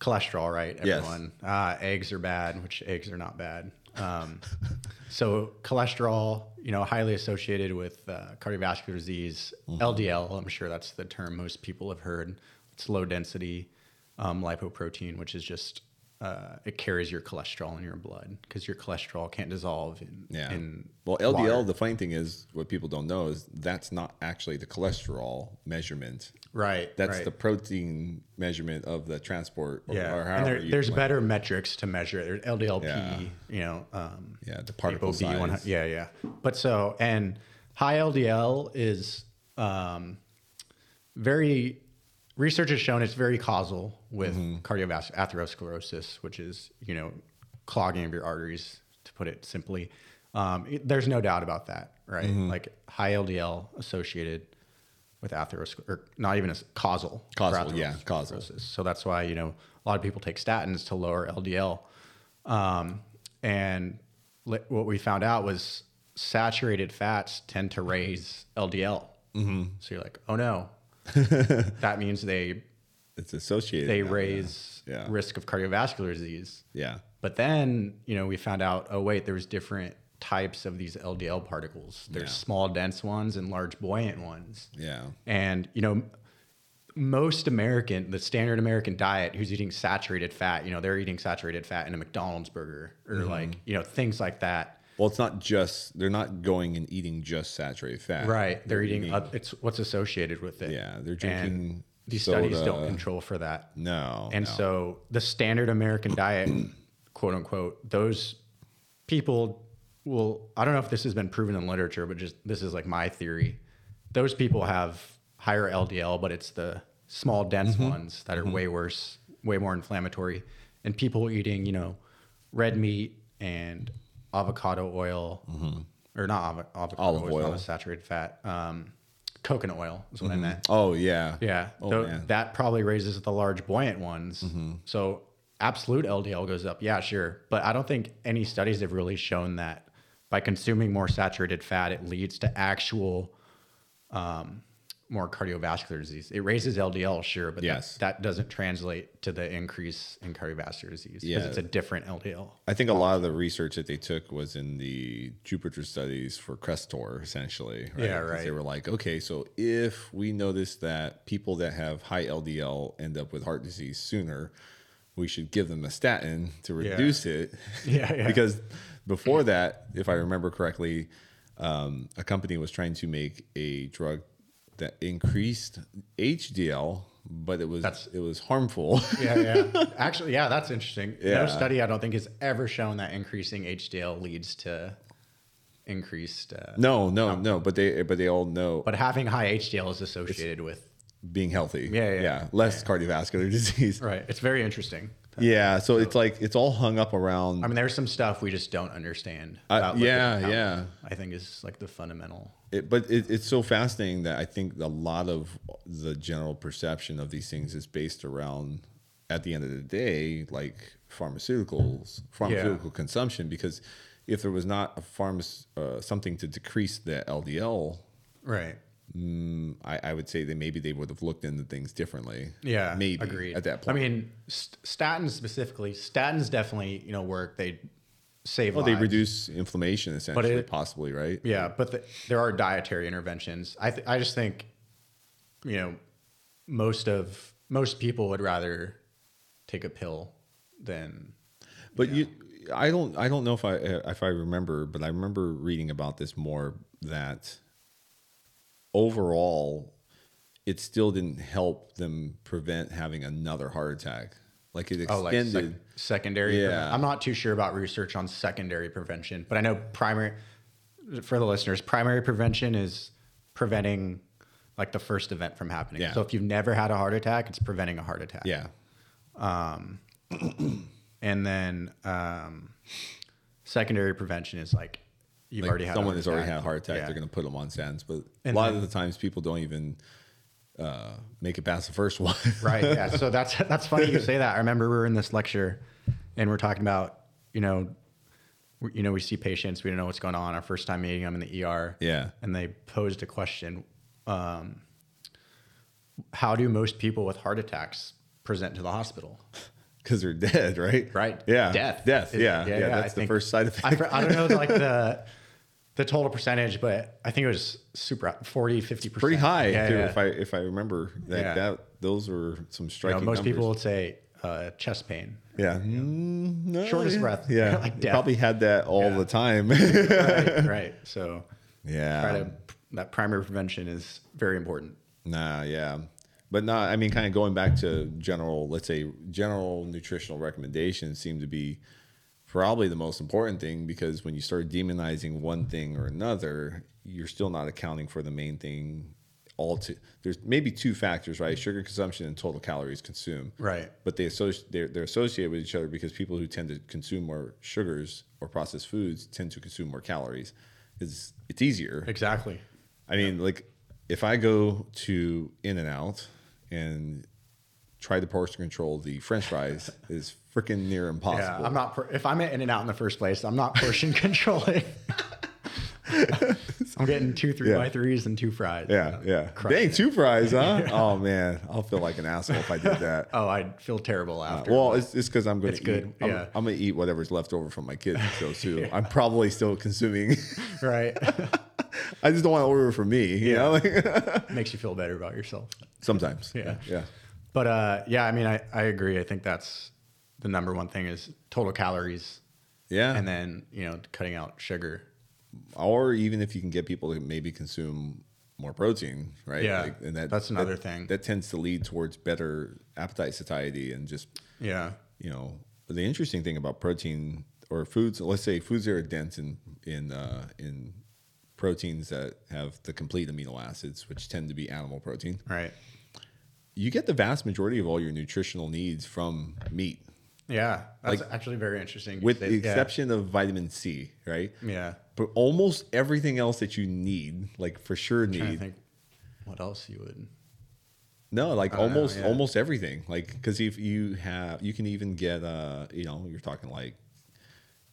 cholesterol, right? Yes. Everyone, ah, eggs are bad, which eggs are not bad. Um, so cholesterol, you know, highly associated with uh, cardiovascular disease, Mm-hmm. LDL. I'm sure that's the term most people have heard. It's low density um, lipoprotein, which is just uh, it carries your cholesterol in your blood because your cholesterol can't dissolve in yeah. in well, LDL. water. The funny thing is, what people don't know is that's not actually the cholesterol measurement. right That's right. the protein measurement of the transport. Or, Yeah, or and however there, you there's plan- better metrics to measure it. There's LDLP, Yeah. you know, um, yeah the particle ApoB one- size. Yeah, yeah. But so and high LDL is um, very research has shown it's very causal with Mm-hmm. cardiovascular atherosclerosis, which is you know clogging of your arteries, to put it simply. Um, it- there's no doubt about that, right? Mm-hmm. Like high LDL associated with atherosclerosis, or not even as causal. for Causal, yeah, causal. atherosclerosis. So that's why you know a lot of people take statins to lower LDL. Um, and li- what we found out was saturated fats tend to raise LDL. Mm-hmm. So you're like, oh no, that means they It's associated. they now, yeah. raise Yeah. risk of cardiovascular disease. Yeah. But then, you know, we found out, oh wait, there's different types of these LDL particles. There's Yeah. small dense ones and large buoyant ones. Yeah. And you know, most American, the standard American diet, who's eating saturated fat, you know, they're eating saturated fat in a McDonald's burger or Mm-hmm. like you know things like that. Well, it's not just they're not going and eating just saturated fat. Right? They're eating oth- it's what's associated with it. Yeah, they're And drinking. these studies don't soda. control for that. No. And Oh, no. so the standard American diet, quote unquote, those people will, I don't know if this has been proven in literature, but just this is like my theory. Those people have higher LDL, but it's the small, dense Mm-hmm. ones that are way worse, way more inflammatory. And people eating, you know, red meat and avocado oil, or not avo- avocado Mm-hmm. Olive oil, it's oil. not a saturated fat, um, coconut oil is what I meant. Oh yeah. Yeah. Oh, tho- man. Mm-hmm. that probably raises the large buoyant ones. So absolute LDL goes up. Yeah, sure. But I don't think any studies have really shown that by consuming more saturated fat, it leads to actual um, more cardiovascular disease. It raises LDL, sure, but that- Yes. that, doesn't translate to the increase in cardiovascular disease because Yeah. it's a different LDL. I think a lot of the research that they took was in the Jupiter studies for Crestor, essentially. Right? Yeah, 'Cause right. They were like, okay, so if we notice that people that have high LDL end up with heart disease sooner, we should give them a statin to reduce it. Yeah, yeah. because before that, if I remember correctly, um, a company was trying to make a drug that increased HDL but it was That's- it was harmful. yeah, yeah. Actually, yeah, that's interesting. Yeah. No study I don't think has ever shown that increasing HDL leads to increased, uh, no, no, no. But they but they all know but having high HDL is associated with being healthy. Yeah, yeah. less cardiovascular disease. right. It's very interesting. Yeah, so it's like it's all hung up around. I mean, there's some stuff we just don't understand. Uh, lipid yeah, health, yeah. I think is like the fundamental. it, but it, it's so fascinating that I think a lot of the general perception of these things is based around, at the end of the day, like pharmaceuticals, pharmaceutical consumption. Because if there was not a pharma, uh, something to decrease the LDL, Right. mm, I, I would say that maybe they would have looked into things differently. Yeah. maybe Agreed. at that point. I mean, st- statins specifically, statins definitely, you know, work. They save well, they lives. reduce inflammation essentially, it- possibly, right? Yeah, but the, there are dietary interventions. I th- I just think, you know, most of most people would rather take a pill than But you, I don't, I don't know if I if I remember, but I remember reading about this more that overall, it still didn't help them prevent having another heart attack. Like it oh, like sec- extended. secondary. Yeah. preven- I'm not too sure about research on secondary prevention, but I know primary for the listeners, primary prevention is preventing like the first event from happening. Yeah. So if you've never had a heart attack, it's preventing a heart attack. yeah, and then um, secondary prevention is like you've like already had a someone heart has already attack. had a heart attack. Yeah. They're going to put them on statins, but And a lot then- of the times people don't even uh, make it past the first one. right yeah so that's that's funny you say that i remember we were in this lecture and we're talking about you know we, you know we see patients we don't know what's going on our first time meeting them in the er Yeah. and they posed a question um, how do most people with heart attacks present to the hospital because they're dead, right? right Yeah. death Death. is- yeah. Yeah. I that's the think- first side effect. I, fr- I don't know like the the total percentage but i think it was super 40 50 percent pretty high yeah, too, yeah. if I if I remember that Yeah. that those were some You know, striking. most numbers. people would say uh, chest pain yeah, Mm, no, Shortest yeah. breath. yeah, Like They death. probably had that all Yeah. the time. right, right. So try yeah, to, that primary prevention is very important. nah, yeah, but not. I mean, kind of going back to general, let's say general nutritional recommendations seem to be probably the most important thing because when you start demonizing one thing or another, you're still not accounting for the main thing. All to, there's maybe two factors, right? Sugar consumption and total calories consumed. Right. but they associ- they're, they're associated with each other because people who tend to consume more sugars or processed foods tend to consume more calories. It's, it's easier. Exactly. I mean, like if I go to In and Out and try to portion control the French fries is freaking near Yeah, impossible. I'm not. por- If I'm in and out in the first place, I'm not portion controlling. I'm getting two three Yeah. by threes and two fries. yeah, yeah. Crushing Dang, it. two fries, huh? Oh man, I'll feel like an asshole if I did that. Oh, I'd feel terrible after. Uh, Well, it's it's because I'm going It's to eat. good, I'm, yeah. I'm going to eat whatever's left over from my kids. So too, I'm probably still consuming. right. I just don't want to order for me. You know, Makes you feel better about yourself. Sometimes. Yeah. Yeah. But uh, yeah, I mean, I, I agree. I think that's the number one thing is total calories, Yeah. and then you know cutting out sugar. or even if you can get people to maybe consume more protein, right? Yeah. That's another that- thing. That tends to lead towards better appetite satiety and just, Yeah. you know, the interesting thing about protein or foods, let's say foods that are dense in in uh, in proteins that have the complete amino acids, which tend to be animal protein. Right. You get the vast majority of all your nutritional needs from meat, Yeah. That's actually very interesting. you with say- the yeah. Mm. exception of vitamin C, right? Yeah. but almost everything else that you need, like for sure Trying to need. think what else you would. No, like don't know, almost yeah. almost everything. Like because if you have, you can even get uh, you know, you're talking like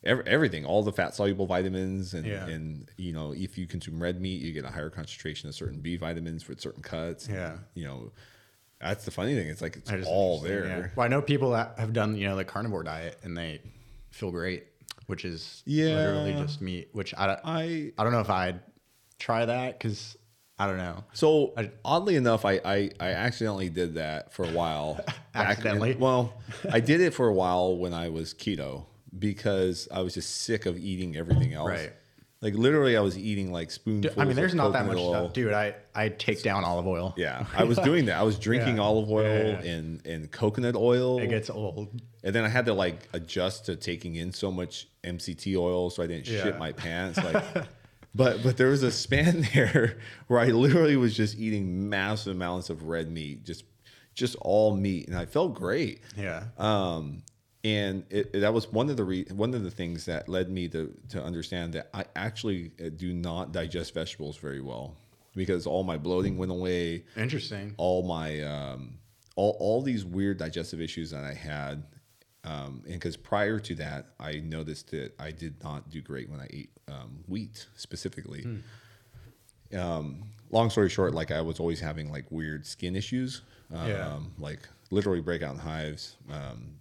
ev- everything, all the fat soluble vitamins, and Yeah. and you know, if you consume red meat, you get a higher concentration of certain B vitamins with certain cuts. Yeah. you know, that's the funny thing. It's like it's I just- all interesting, there. yeah. Well, I know people that have done, you know, the carnivore diet and they feel great, which is literally Yeah. just meat, which I don't, I, I don't know if I'd try that because I don't know. So I- oddly enough, I, I I accidentally did that for a while. Back in- Accidentally? well, I did it for a while when I was keto because I was just sick of eating everything else. Right. Like literally, I was eating like spoonfuls. I mean, there's of not that much coconut oil. stuff, dude. I I take down olive oil. Yeah, I was doing that. I was drinking Yeah. olive oil Yeah, yeah, yeah. and and coconut oil, it gets old. and then I had to like adjust to taking in so much MCT oil, so I didn't shit Yeah. my pants. Like, but but there was a span there where I literally was just eating massive amounts of red meat, just just all meat, and I felt great. Yeah, Um, and it, that was one of the re- one of the things that led me to to understand that I actually uh, do not digest vegetables very well because all my bloating went away interesting. all my um, all all these weird digestive issues that I had, um, and because prior to that, I noticed that I did not do great when I ate um, wheat specifically. Um, Hmm. long story short, like I was always having like weird skin issues, um, Yeah. like literally breakout in hives. Um,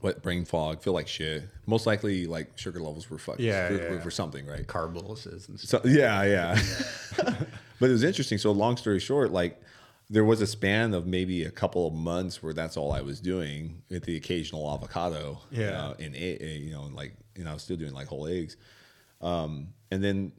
what brain fog, feel like shit. Most likely, like sugar levels were fucked. Yeah, for, yeah, yeah. for something, right? Carbuses and stuff. So yeah, yeah. but it was interesting. So long story short, like there was a span of maybe a couple of months where that's all I was doing with the occasional avocado. Yeah. Uh, and egg, eh, you know, and like and I was still doing like whole eggs. Um, and then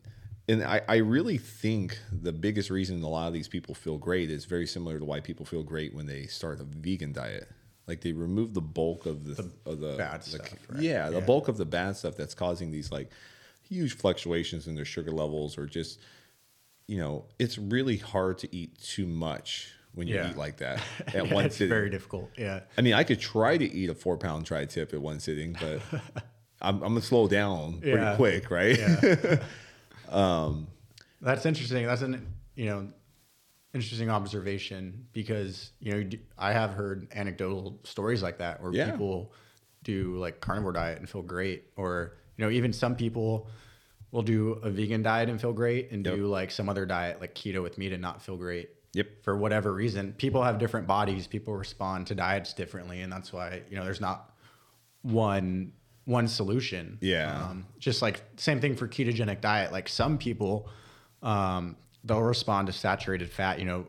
and I, I really think the biggest reason a lot of these people feel great is very similar to why people feel great when they start a vegan diet. Like they remove the bulk of the, of the bad the- stuff, right? Yeah, the Yeah. bulk of the bad stuff that's causing these like huge fluctuations in their sugar levels or just you know, it's really hard to eat too much when you Yeah. eat like that at Yeah, one it's sitting. very difficult. Yeah, I mean, I could try to eat a four pound tri tip at one sitting, but I'm, I'm gonna slow down pretty Yeah. quick, right? that's interesting. That's an you know interesting observation because you know d- I have heard anecdotal stories like that where Yeah. people do like carnivore diet and feel great, or you know even some people will do a vegan diet and feel great, and Yep. do like some other diet like keto with meat and not feel great. Yep. For whatever reason, people have different bodies. People respond to diets differently, and that's why you know there's not one one solution. Yeah. Um, just like same thing for ketogenic diet. Like some people, um, they'll respond to saturated fat. You know,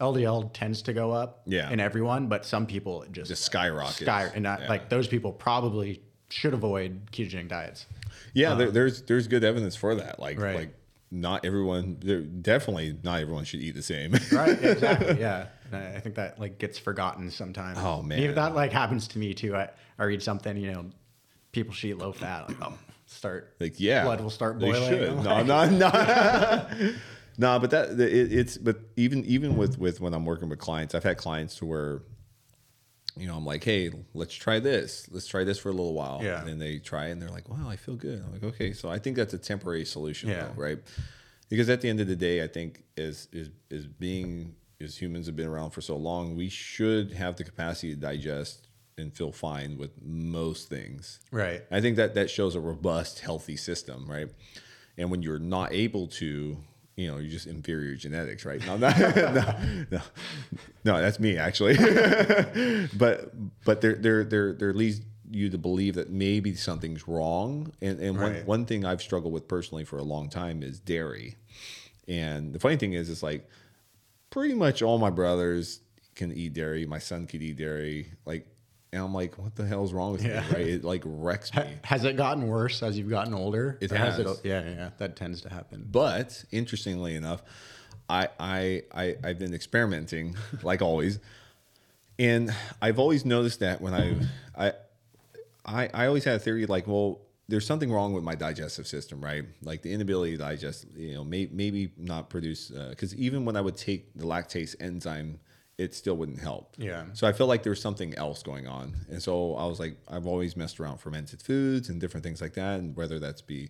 LDL tends to go up. Yeah. In everyone, but some people it just Just skyrockets. sky and not, Yeah. like those people probably should avoid ketogenic diets. Yeah, there, there's there's good evidence for that. Like Right. like not everyone, there- definitely not everyone should eat the same. Right. Exactly. yeah. And I I think that like gets forgotten sometimes. Oh, And man. even that like happens to me too. I I read something. You know, people should eat low fat. Like, oh, start. Like yeah, Blood will start They boiling. should. I'm No, no, no, no. But that the- it, it's but even even with with when I'm working with clients, I've had clients to where, you know, I'm like, hey, let's try this. Let's try this for a little while. Yeah. And then they try it and they're like, wow, I feel good. I'm like, okay, so I think that's a temporary solution, Yeah. though, right? Because at the end of the day, I think as is is being as humans have been around for so long, we should have the capacity to digest and feel fine with most things. Right. I think that that shows a robust, healthy system, right? And when you're not able to, you know, you're just inferior genetics, right? No, no, no, no, no, that's me actually. but but there there there there leads you to believe that maybe something's wrong. And and one, Right. one thing I've struggled with personally for a long time is dairy. And the funny thing is, it's like pretty much all my brothers can eat dairy. My son could eat dairy. Like, and I'm like, what the hell's wrong with Yeah. me? Right? It like wrecks me. Has it gotten worse as you've gotten older? It Or has. yeah, yeah, yeah. That tends to happen. But interestingly enough, I I, I I've been experimenting like always, and I've always noticed that when I I I I always had a theory like, well, there's something wrong with my digestive system, right? Like the inability to digest, you know, may, maybe not produce because even when I would take the lactase enzyme. It still wouldn't help. Yeah. So I felt like there was something else going on, and so I was like, I've always messed around with fermented foods and different things like that, and whether that's be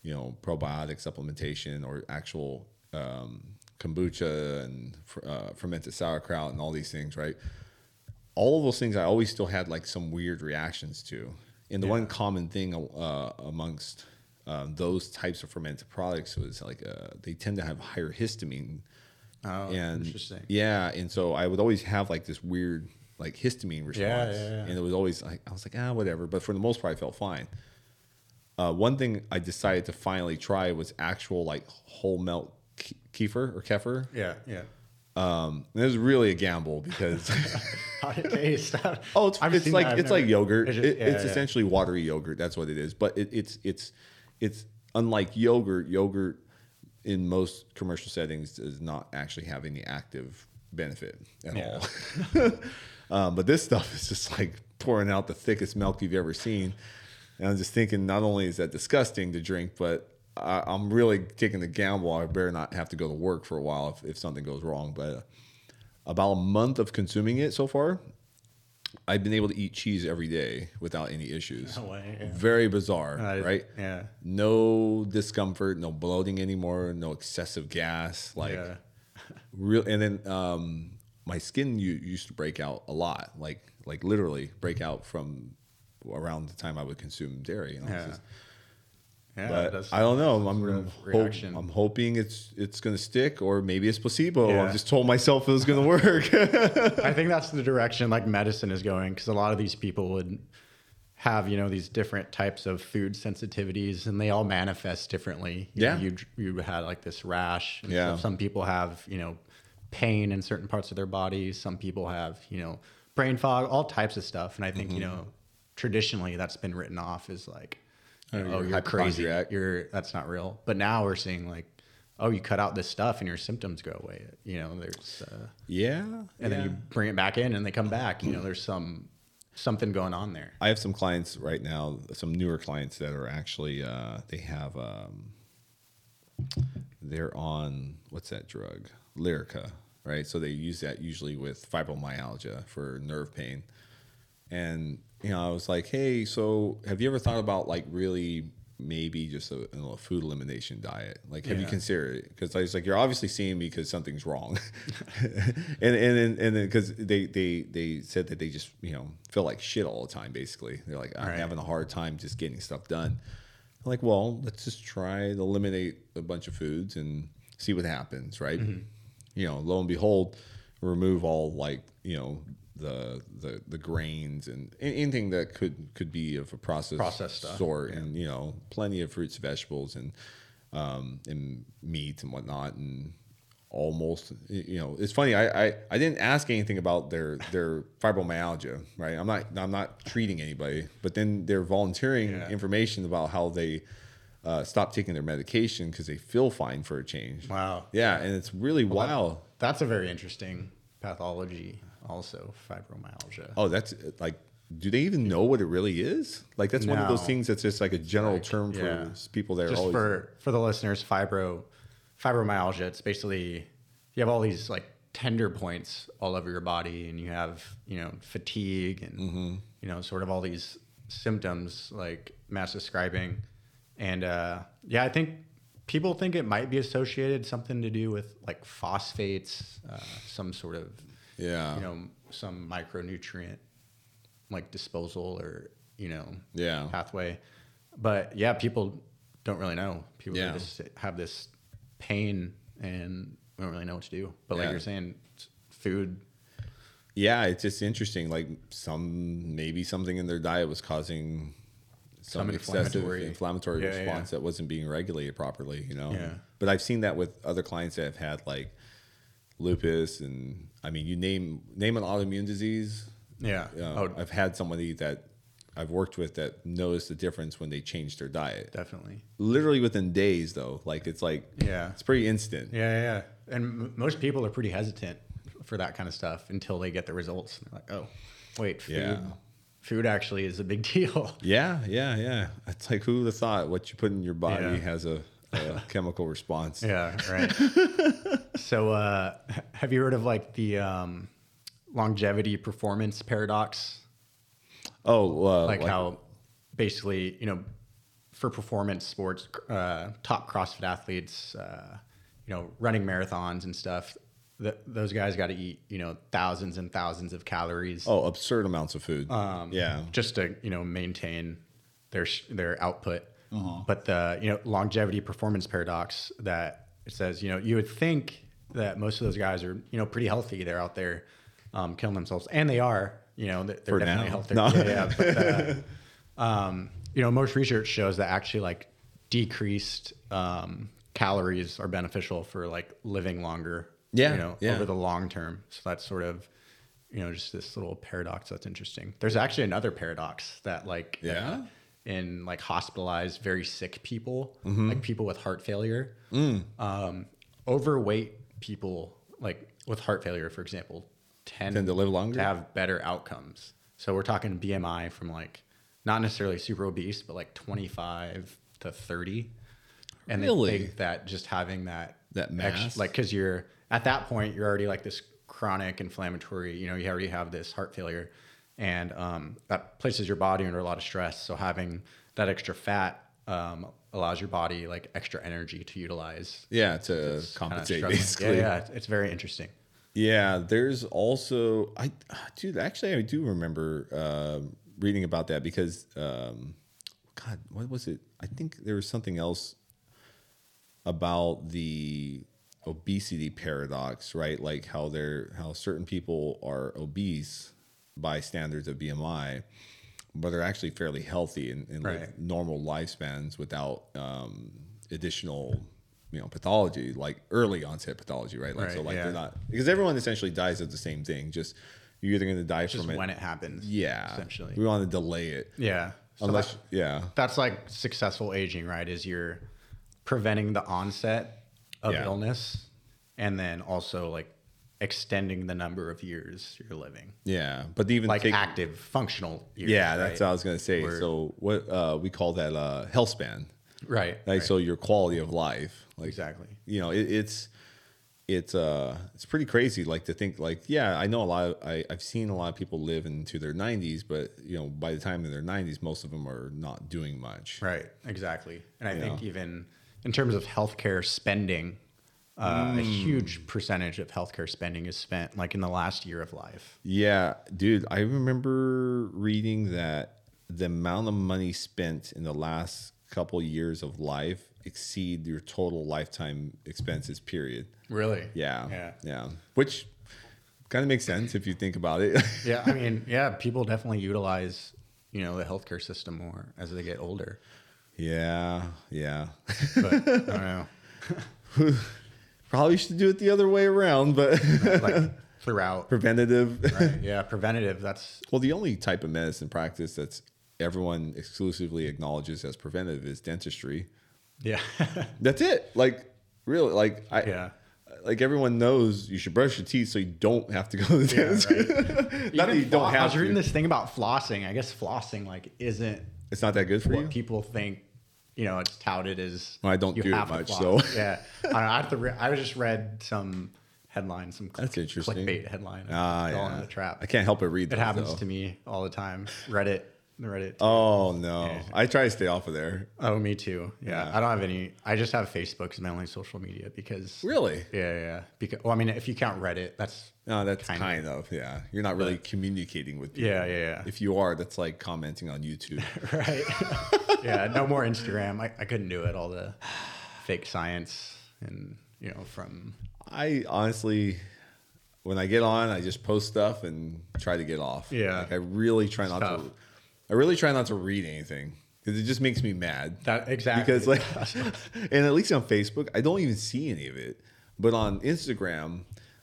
you know, probiotic supplementation or actual um, kombucha and fr- uh, fermented sauerkraut and all these things, right? All of those things I always still had like some weird reactions to. And the one common thing uh, amongst um, those types of fermented products was like uh, they tend to have higher histamine. Oh, and interesting. yeah, and so I would always have like this weird like histamine response, Yeah, yeah, yeah. and it was always like I was like ah whatever, but for the most part I felt fine. Uh, one thing I decided to finally try was actual like whole milk ke- kefir or kefir. Yeah, yeah. Um, and it was really a gamble because How did it taste? oh, it's, I've it's seen like that. I've it's never- like yogurt. It's just- It- yeah, it's yeah. essentially watery yogurt. That's what it is. But it, it's it's it's unlike yogurt, yogurt in most commercial settings does not actually have any active benefit at all. um, but this stuff is just like pouring out the thickest milk you've ever seen. And I'm just thinking, not only is that disgusting to drink, but I, I'm really taking the gamble. I better not have to go to work for a while if, if something goes wrong. But uh, about a month of consuming it so far, I've been able to eat cheese every day without any issues. way, yeah. Very bizarre, I- right? Uh, Yeah. no discomfort, no bloating anymore, no excessive gas, like Yeah. real. And then um, my skin u- used to break out a lot, like like literally break out from around the time I would consume dairy. And I was Yeah. just- Yeah. but that's- I don't know. I'm sort of hope- reaction. I'm hoping it's it's gonna stick, or maybe it's placebo. Yeah. I've just told myself it was gonna work. I think that's the direction like medicine is going because a lot of these people would have you know these different types of food sensitivities and they all manifest differently. You know, Yeah. you you had like this rash. and Yeah. stuff. some people have you know pain in certain parts of their body. Some people have you know brain fog, all types of stuff. And I think you Mm-hmm. know traditionally that's been written off as like you know, oh you're you're crazy, hypochondriac. you're that's not real. But now we're seeing like oh you cut out this stuff and your symptoms go away. You know there's. Uh, yeah, and then you bring it back in and they come back you know there's some something going on there I have some clients right now, some newer clients that are actually uh, they have um, they're on what's that drug Lyrica, right? So they use that usually with fibromyalgia for nerve pain, and you know I was like, hey, so have you ever thought about like really maybe just a, you know, a food elimination diet? Like, have you Yeah. considered it? Because I was like, you're obviously seeing me because something's wrong, and and then and then because they they they said that they just you know feel like shit all the time. Basically, they're like, I'm Right. having a hard time just getting stuff done. I'm like, well, let's just try to eliminate a bunch of foods and see what happens, right? Mm-hmm. You know, lo and behold, remove all like you know the the the grains and a- anything that could could be of a processed Processed stuff, sort, and you know, plenty of fruits, vegetables, and um, and meat and whatnot, and almost you know it's funny I, I i didn't ask anything about their their fibromyalgia right i'm not i'm not treating anybody but then they're volunteering Yeah. information about how they uh, stop taking their medication because they feel fine for a change wow yeah and it's really wild that's a very interesting pathology also fibromyalgia oh that's uh, like do they even know what it really is like that's one of those No. things that's just like a general term for yeah. s- people that are just always for for the listeners fibro fibromyalgia it's basically you have all these like tender points all over your body and you have you know fatigue and Mm-hmm. you know sort of all these symptoms like matt's describing and uh yeah i think people think it might be associated something to do with like phosphates uh, some sort of yeah you know some micronutrient like disposal or you know Yeah. pathway but yeah people don't really know people Yeah. just have this pain and don't really know what to do but like Yeah. you're saying it's food yeah, it's just interesting. Like some maybe something in their diet was causing some, Some excessive inflammatory, inflammatory- Yeah, yeah, response that wasn't being regulated properly, you know. Yeah. But I've seen that with other clients that have had like lupus and I mean you name name an autoimmune disease. yeah Uh, oh I've had somebody that I've worked with that noticed the difference when they changed their diet. definitely Literally within days though. Like it's like Yeah. It's pretty instant. yeah yeah, yeah and m- most people are pretty hesitant for that kind of stuff until they get the results and they're like oh wait food Yeah. food actually is a big deal Yeah, yeah, yeah. It's like who would have thought what you put in your body Yeah. has a, a chemical response. Yeah, right. so, uh, h- have you heard of like the um, longevity performance paradox? Oh, uh, Like, how basically, you know, for performance sports, uh, top CrossFit athletes, uh, you know, running marathons and stuff, th- those guys got to eat, you know, thousands and thousands of calories oh, absurd amounts of food. Um, yeah, just to you know maintain their sh- their output. Uh-huh. But the you know longevity performance paradox that it says you know you would think that most of those guys are you know pretty healthy. They're out there um, killing themselves, and they are. You know they're, they're For definitely now. healthy. No. Yeah, yeah, but, uh, um, you know most research shows that actually like decreased um, calories are beneficial for like living longer. Yeah, you know yeah. over the the long term. So that's sort of, you know, just this little paradox that's interesting. There's actually another paradox that like uh, Yeah? in like hospitalized, very sick people, Mm-hmm. like people with heart failure. Mm. Um, overweight people, like with heart failure, for example, tend, Tend to live longer? have better outcomes. So we're talking BMI from like not necessarily super obese, but like 25 to 30. And Really? they think that just having that That ex- mass? like because you're at that point you're already like this chronic inflammatory you know you already have this heart failure and um, that places your body under a lot of stress so having that extra fat um, allows your body like extra energy to utilize Yeah, to kinda compensate struggling. basically. yeah, yeah it's, it's very interesting Yeah, there's also I, ah, dude. Actually, I do remember um reading about that because, um, God, what was it? I think there was something else about the obesity paradox, right? Like how they're how certain people are obese by standards of BMI, but are actually fairly healthy and, and live Right. normal lifespans without um, additional, you know, pathology like early onset pathology, right? Like so, Right, like yeah. they're not because everyone essentially dies of the same thing. Just you're either going to die just from it, when it happens yeah. essentially we want to delay it yeah So unless, that- yeah, that's like successful aging, right? Is you're preventing the onset of Yeah. illness and then also like extending the number of years you're living, yeah. But even like take- active, functional years. Yeah, that's right? what I was gonna say. Where- so what uh, we call that uh, health span, right. like right. so your quality of life, like exactly. you know it, it's it's uh it's pretty crazy like to think like yeah i know a lot of, I, i've seen a lot of people live into their 90s but you know by the time they're 90s most of them are not doing much Right. Exactly. And I think Yeah. even in terms of healthcare spending, uh, Mm. a huge percentage of healthcare spending is spent like in the last year of life. yeah dude i remember reading that the amount of money spent in the last couple years of life exceed your total lifetime expenses period Really? yeah Yeah. yeah which kind of makes sense if you think about it yeah, I mean, yeah, people definitely utilize, you know, the healthcare system more as they get older. yeah yeah But I don't know, probably should do it the other way around, but like throughout, preventative. right? yeah, preventative. That's Well, the only type of medicine practice that's everyone exclusively acknowledges as preventative is dentistry. yeah, That's it. Like really, like I, yeah. like everyone knows you should brush your teeth so you don't have to go to the dentist. Not that you don't I have was to. reading this thing about flossing. I guess flossing like isn't It's not that good for you. what people think. You know, it's touted as. Well, I don't you do it have to much, floss. so. yeah, I, don't know, I have to. Re- I just read some headline, some click, That's interesting. clickbait headline. Ah, Fell into yeah. the trap. I can't help but read. It happens though. to me all the time. Reddit, the Reddit. Oh no! Yeah. I try to stay off of there. Oh, me too. Yeah. Yeah. I don't have any. I just have Facebook as my only social media because. Really? Yeah, yeah. Because well, I mean, if you count Reddit, that's. No, that's kind, Kind of. yeah. You're not really communicating with people. Yeah, yeah, yeah. If you are, that's like commenting on YouTube. Right. yeah. No more Instagram. I, I couldn't do it. All the fake science and you know from. I honestly, when I get on, I just post stuff and try to get off. Yeah. like I really try not tough. to. I really try not to read anything because it just makes me mad. That- exactly. Because like, and at least on Facebook, I don't even see any of it. But on Instagram,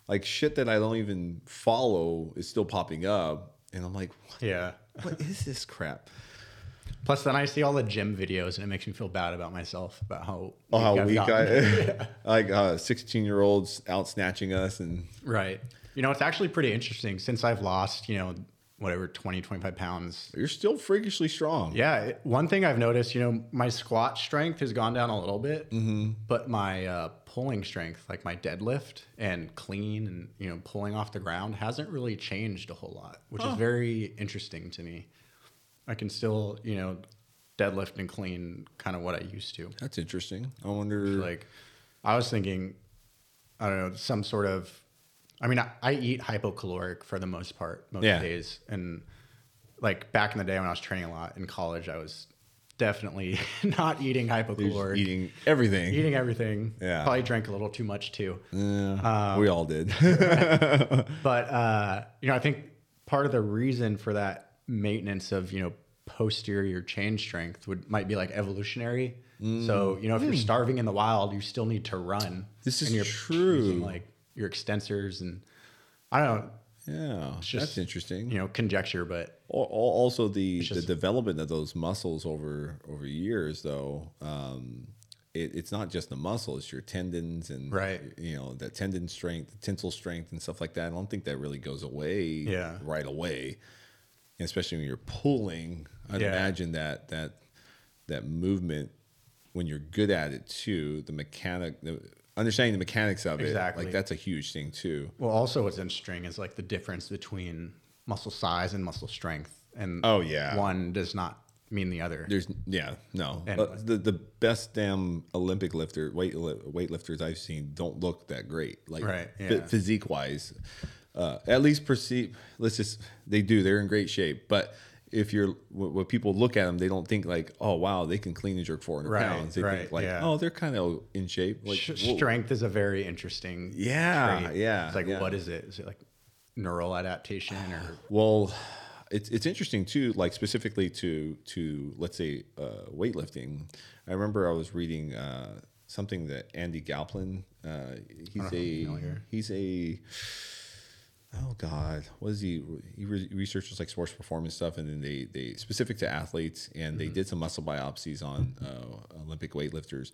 like shit that I don't even follow is still popping up, and I'm like, what, Yeah. what is this crap? Plus, then I see all the gym videos and it makes me feel bad about myself about how. Oh, how I've weak gotten. I like sixteen year olds out snatching us and Right. You know, it's actually pretty interesting since I've lost, you know, whatever 20, 25 pounds you're still freakishly strong. Yeah, it- one thing I've noticed, you know, my squat strength has gone down a little bit, but my uh, pulling strength, like my deadlift and clean and you know pulling off the ground, hasn't really changed a whole lot, which is very interesting to me. I can still, you know, deadlift and clean kind of what I used to. That's interesting. I wonder Like, I was thinking, I don't know, some sort of. I mean, I, I eat hypocaloric for the most part most Yeah. days, and like back in the day when I was training a lot in college, I was definitely not eating You're just hypocaloric, eating. eating everything. everything. Yeah. probably drank a little too much too. Yeah, Um, we all did. But uh, you know, I think part of the reason for that maintenance of you know posterior chain strength would might be like evolutionary. Mm. So you know, if you're starving in the wild, you still need to run. Hmm. This is and you're true. using, Like your extensors and I don't know. Yeah, that's just, interesting. you know, conjecture, but Al- al- Also, the, the just- development of those muscles over over years, though, um, it, it's not just the muscle; it's your tendons and Right. You know, that tendon strength, tensile strength, and stuff like that. I don't think that really goes away. Yeah. right away, and especially when you're pulling. I'd Yeah. imagine that that that movement when you're good at it too. The mechanic, the, understanding the mechanics of it, Exactly. like that's a huge thing too. well, also what's interesting is like the difference between muscle size and muscle strength, and Oh, yeah. one does not mean the other. There's yeah no And- But the the best damn Olympic lifter weight weightlifters I've seen don't look that great like Right, phy- yeah. physique wise uh, at least perceive let's just they do they're in great shape but if you're wh- when people look at them they don't think like oh wow they can clean and jerk 400 Right, pounds they think right, like yeah. oh they're kind of in shape like Sh- whoa. strength is a very interesting. Yeah, trait. Ah, yeah, It's like yeah. what is it? Is it like neural adaptation or Well, it's it's interesting too. Like specifically to to let's say uh, weightlifting. I remember I was reading uh, something that Andy Galplin. Uh, he's a familiar. he's a oh god, what is he? He re- researches like sports performance stuff, and then they they specific to athletes, and Mm-hmm. they did some muscle biopsies on uh, Olympic weightlifters,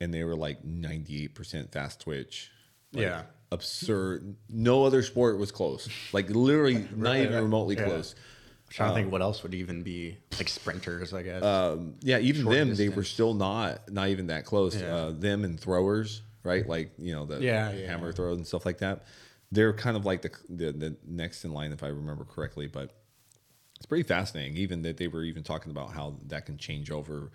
and they were like ninety eight percent fast twitch. Like, Yeah. absurd. No other sport was close. Like literally, not even right. remotely Yeah. close. I'm trying Um, to think what else would even be like sprinters, I guess. Oh, Yeah, even Short them, they were distance. still not not even that close. Yeah. Uh, them and throwers, right? Like you know the Yeah, yeah, hammer yeah. throws and stuff like that. They're kind of like the, the the next in line, if I remember correctly. But it's pretty fascinating, even that they were even talking about how that can change over.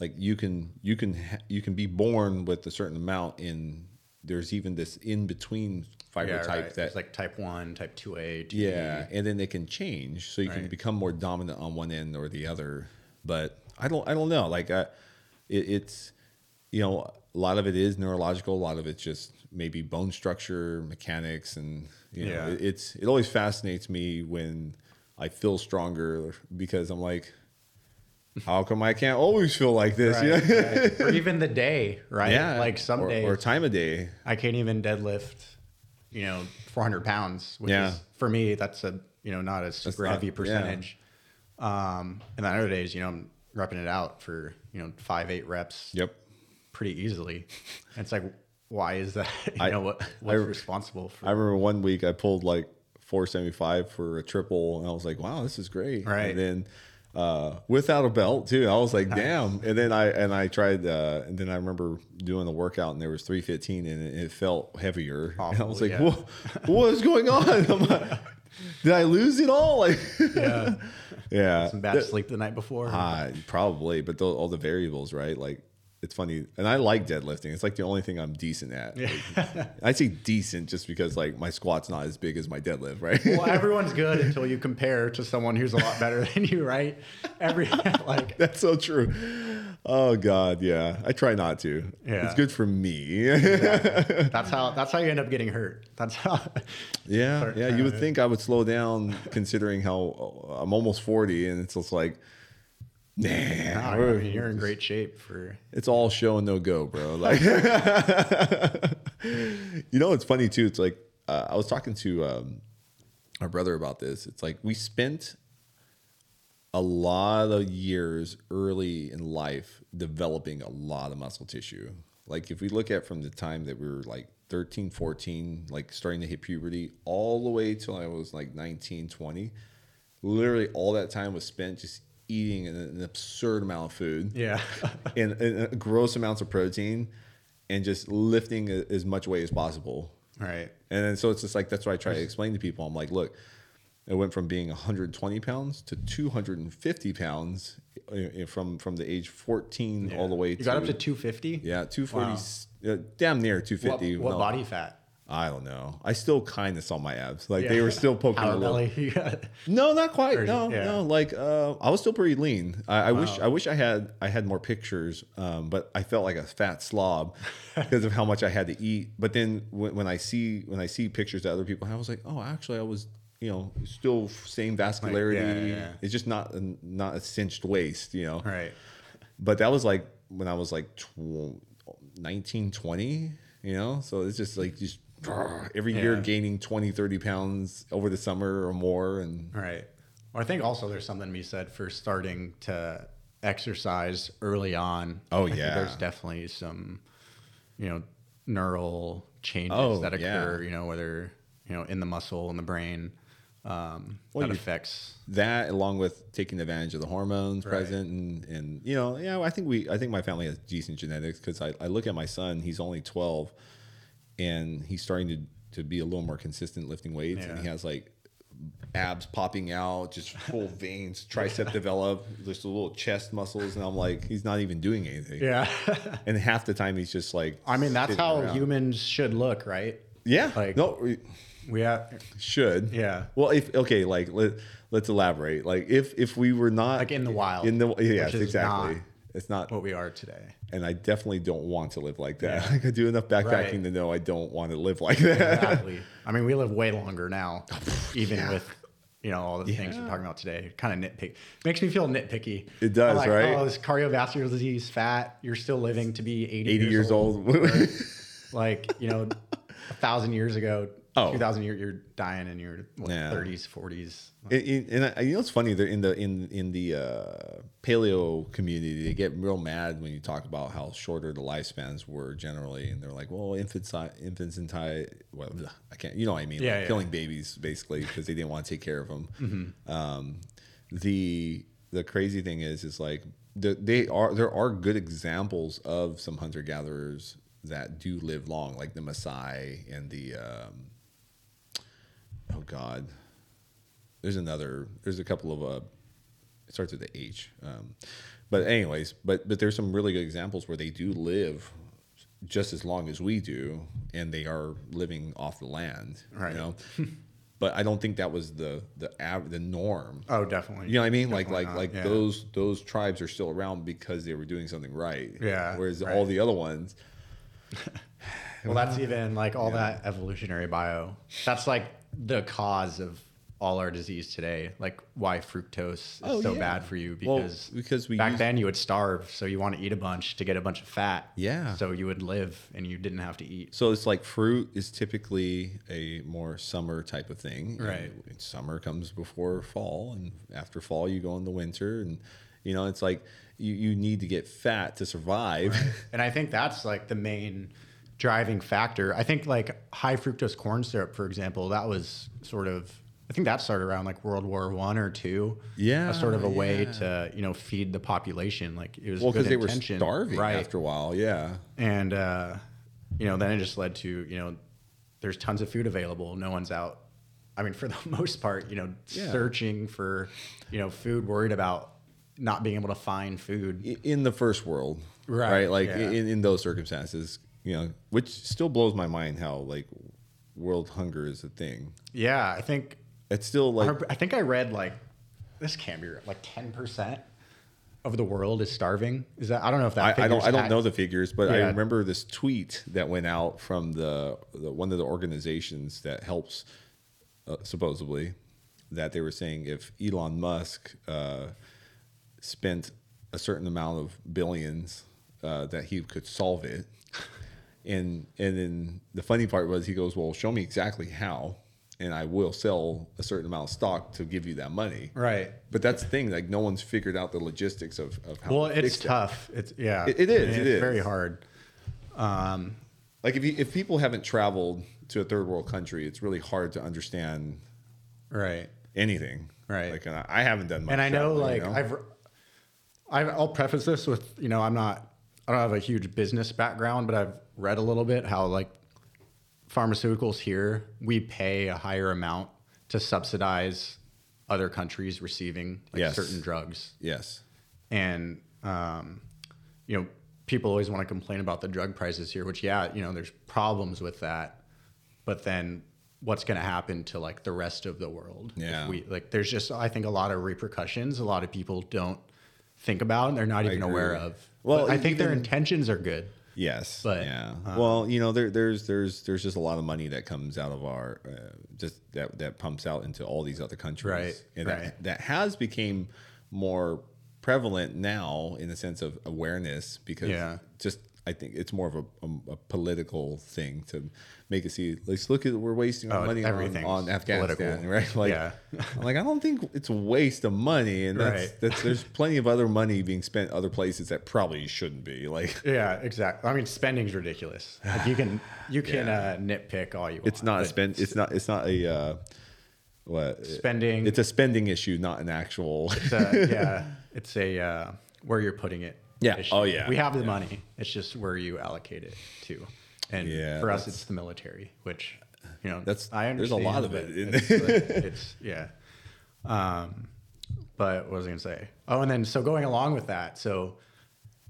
Like you can you can ha- you can be born with a certain amount, and there's even this in between fiber yeah, type right. that it's like type one, type two A, two Yeah, and then they can change, so you can Right. become more dominant on one end or the other. But I don't, I don't know. Like, I, it, it's, you know, a lot of it is neurological. A lot of it's just maybe bone structure, mechanics, and you know, Yeah. it, it's. It always fascinates me when I feel stronger because I'm like, how come I can't always feel like this? You Right, know? right. or even the day, right? Like some or, days or time of day. I can't even deadlift, you know, 400 pounds, which Yeah. is for me, that's a, you know, not a super not- heavy yeah. percentage. Um, and then other days, you know, I'm repping it out for, you know, five, eight reps Yep. pretty easily. And it's like, why is that? You I- know, what, what's I- responsible for I remember one week I pulled like 475 for a triple, and I was like, "Wow, this is great!" Right. And then uh, without a belt too, I was like, "Damn!" And then I and I tried, uh, and then I remember doing the workout, and there was 315, and it, it felt heavier. and I Awful, was like, yeah. "Wha- "What is going on? Am I- did I lose it all?" Like, yeah. yeah, some bad sleep the night before? Ah, probably, but tho- all the variables, right? Like, it's funny, and I like deadlifting. It's like the only thing I'm decent at. Like, I say decent just because like my squat's not as big as my deadlift, right? well, everyone's good until you compare to someone who's a lot better than you, right? Every like That's so true. Oh God, yeah. I try not to. Yeah. it's good for me. that's how that's how you end up getting hurt. That's how yeah, Sorry. yeah. You would think I would slow down considering how uh, I'm almost forty, and it's just like, nah, I we're- mean, you're in great shape for it's all show and no go, bro. Like, you know, it's funny too. It's like uh, I was talking to um, my brother about this. It's like we spent a lot of years early in life developing a lot of muscle tissue. Like if we look at from the time that we were like 13, 14, like starting to hit puberty all the way till I was like 19, 20, literally all that time was spent just eating an, an absurd amount of food yeah. and, and uh, gross amounts of protein and just lifting a- as much weight as possible. right. And then, so it's just like that's what I try to explain to people. I'm like, look, it went from being 120 pounds to 250 pounds uh, uh, from from the age 14 all the way You got up to 250. yeah 240 uh, damn near 250. What, what No, body fat? I don't know. I still kind of saw my abs. Like they were still poking a Power little. belly. You got- No, not quite. Or- no, yeah. no. Like uh, I was still pretty lean. I, I wish I wish I had I had more pictures, um, but I felt like a fat slob because of how much I had to eat. But then when, when I see when I see pictures that other people have, I was like, oh, actually, I was you know still same vascularity. yeah. It's just not a, not a cinched waist, you know. right. But that was like when I was like tw- 19, 20, you know. So it's just like just every year Yeah. gaining 20, 30 pounds over the summer or more. And Right. Well, I think also there's something to be said for starting to exercise early on. Oh, I think yeah. there's definitely some, you know, neural changes Oh, that yeah. occur. You know, whether you know in the muscle in the brain um, Well, that you- affects. that, along with taking advantage of the hormones Right. present, and, and you know, yeah, I think we, I think my family has decent genetics because I, I look at my son, he's only 12 and he's starting to, to be a little more consistent lifting weights. And Yeah. he has like abs popping out, just full veins, tricep develop, just little chest muscles. And I'm like, he's not even doing anything. Yeah. And half the time he's just like, I mean, that's sitting how around. humans should look, right? Yeah. Like- no, we- We have should. Yeah. Well, if okay, like let let's elaborate. Like if if we were not Like in the wild, in the yes, which is exactly. not Oh. it's not, what we are today. and I definitely don't want to live like that. Like I do enough backpacking Right. to know I don't want to live like that. Exactly. I mean, we live way longer now, even with you know all the things we're talking about today. Kind of nitpick makes me feel nitpicky. It does, I'm like, right? Oh, this cardiovascular disease, fat. You're still living to be 80, Eighty years old. Like you know, a thousand years ago, Oh. two thousand years, you're dying in your what, Yeah. 30s, 40s. And- and and I, you know it's funny they're in the in in the uh, paleo community they get real mad when you talk about how shorter the lifespans were generally and they're like well infants uh, infants and ti- well bleh, I can't you know what I mean Yeah, like yeah. killing babies basically because they didn't want to take care of them Mm-hmm. um, the the crazy thing is is like the, they are there are good examples of some hunter gatherers that do live long like the Maasai and the um, oh god there's another there's a couple of uh it starts with the h um, but anyways but but there's some really good examples where they do live just as long as we do and they are living off the land Right. you know but i don't think that was the the av- the norm Oh, definitely. you know what I mean? Like Definitely like not, like yeah. those those tribes are still around because they were doing something right. Yeah, Whereas right. all the other ones, Well, that's even like all that evolutionary bio. That's like the cause of all our disease today. Like why fructose is Oh, so yeah. bad for you Well, because because we back used- then you would starve, so you want to eat a bunch to get a bunch of fat. Yeah. So you would live and you didn't have to eat. so it's like fruit is typically a more summer type of thing. And Right. summer comes before fall, and after fall you go in the winter, and you know it's like you you need to get fat to survive. And I think that's like the main driving factor. I think like high fructose corn syrup, for example, that was sort of I think that started around like World War One or two. Yeah, That's sort of a way yeah. to, you know, feed the population. Like it was Well, good because they were intention. starving right. after a while. Yeah. and uh, you know then it just led to you know there's tons of food available no one's out i mean for the most part you know Yeah. searching for you know food worried about not being able to find food i- in the first world, right? Right, Like yeah. in, in those circumstances, you know, which still blows my mind how like world hunger is a thing. yeah i think It's still like i think i read like this can't be right, like 10% of the world is starving is that i don't know if that I, I don't figure's I don't ac- know the figures, but I Yeah. remember this tweet that went out from the, the one of the organizations that helps uh, supposedly that they were saying if Elon Musk uh, spent a certain amount of billions uh, that he could solve it. And and then the funny part was he goes, "Well, show me exactly how." And I will sell a certain amount of stock to give you that money. right But that's the thing; like no one's figured out the logistics of, of how. well to it's fix that. tough it's yeah It- it is, it's it is. very hard um Like if you, if people haven't traveled to a third world country, it's really hard to understand right anything. Right. Like and I, I haven't done much. and I know, traveling, like, you know? I've, I've, I'll preface this with, you know, I'm not, I don't have a huge business background, but I've read a little bit how, like, pharmaceuticals here, we pay a higher amount to subsidize other countries receiving like Yes. certain drugs. yes. And, um, you know, people always want to complain about the drug prices here, which, yeah, you know, there's problems with that. But then what's going to happen to like the rest of the world? if Yeah. we, like, there's just, I think, a lot of repercussions a lot of people don't think about and they're not even aware agree. of. Well, Well, I think their even- intentions are good. Yes. But, um, yeah. well, you know, there, there's there's there's just a lot of money that comes out of our uh, just that that pumps out into all these other countries, Right, And That, right. that has became more prevalent now in the sense of awareness because Yeah. just I think it's more of a, a, a political thing to make it see. Let's look at we're wasting our Oh, money on, everything's on Afghanistan, political. right? Like, Yeah. I'm like I don't think it's a waste of money, and that's, Right. that's there's plenty of other money being spent other places that probably shouldn't be. Like, Yeah, exactly. I mean, spending's ridiculous. Like you can you can uh, nitpick all you want. it's not a but spend. It's not. It's not a uh, what spending. It's a spending issue, not an actual. it's a, yeah, it's a uh, where you're putting it. Yeah. issue. Oh, yeah. We have the money. It's just where you allocate it to. And Yeah, for us, it's the military, which you know That's- I there's a understand. lot of but it in It's, like- it's- yeah. Um, but what was I going to say? Oh, and then so going along with that, so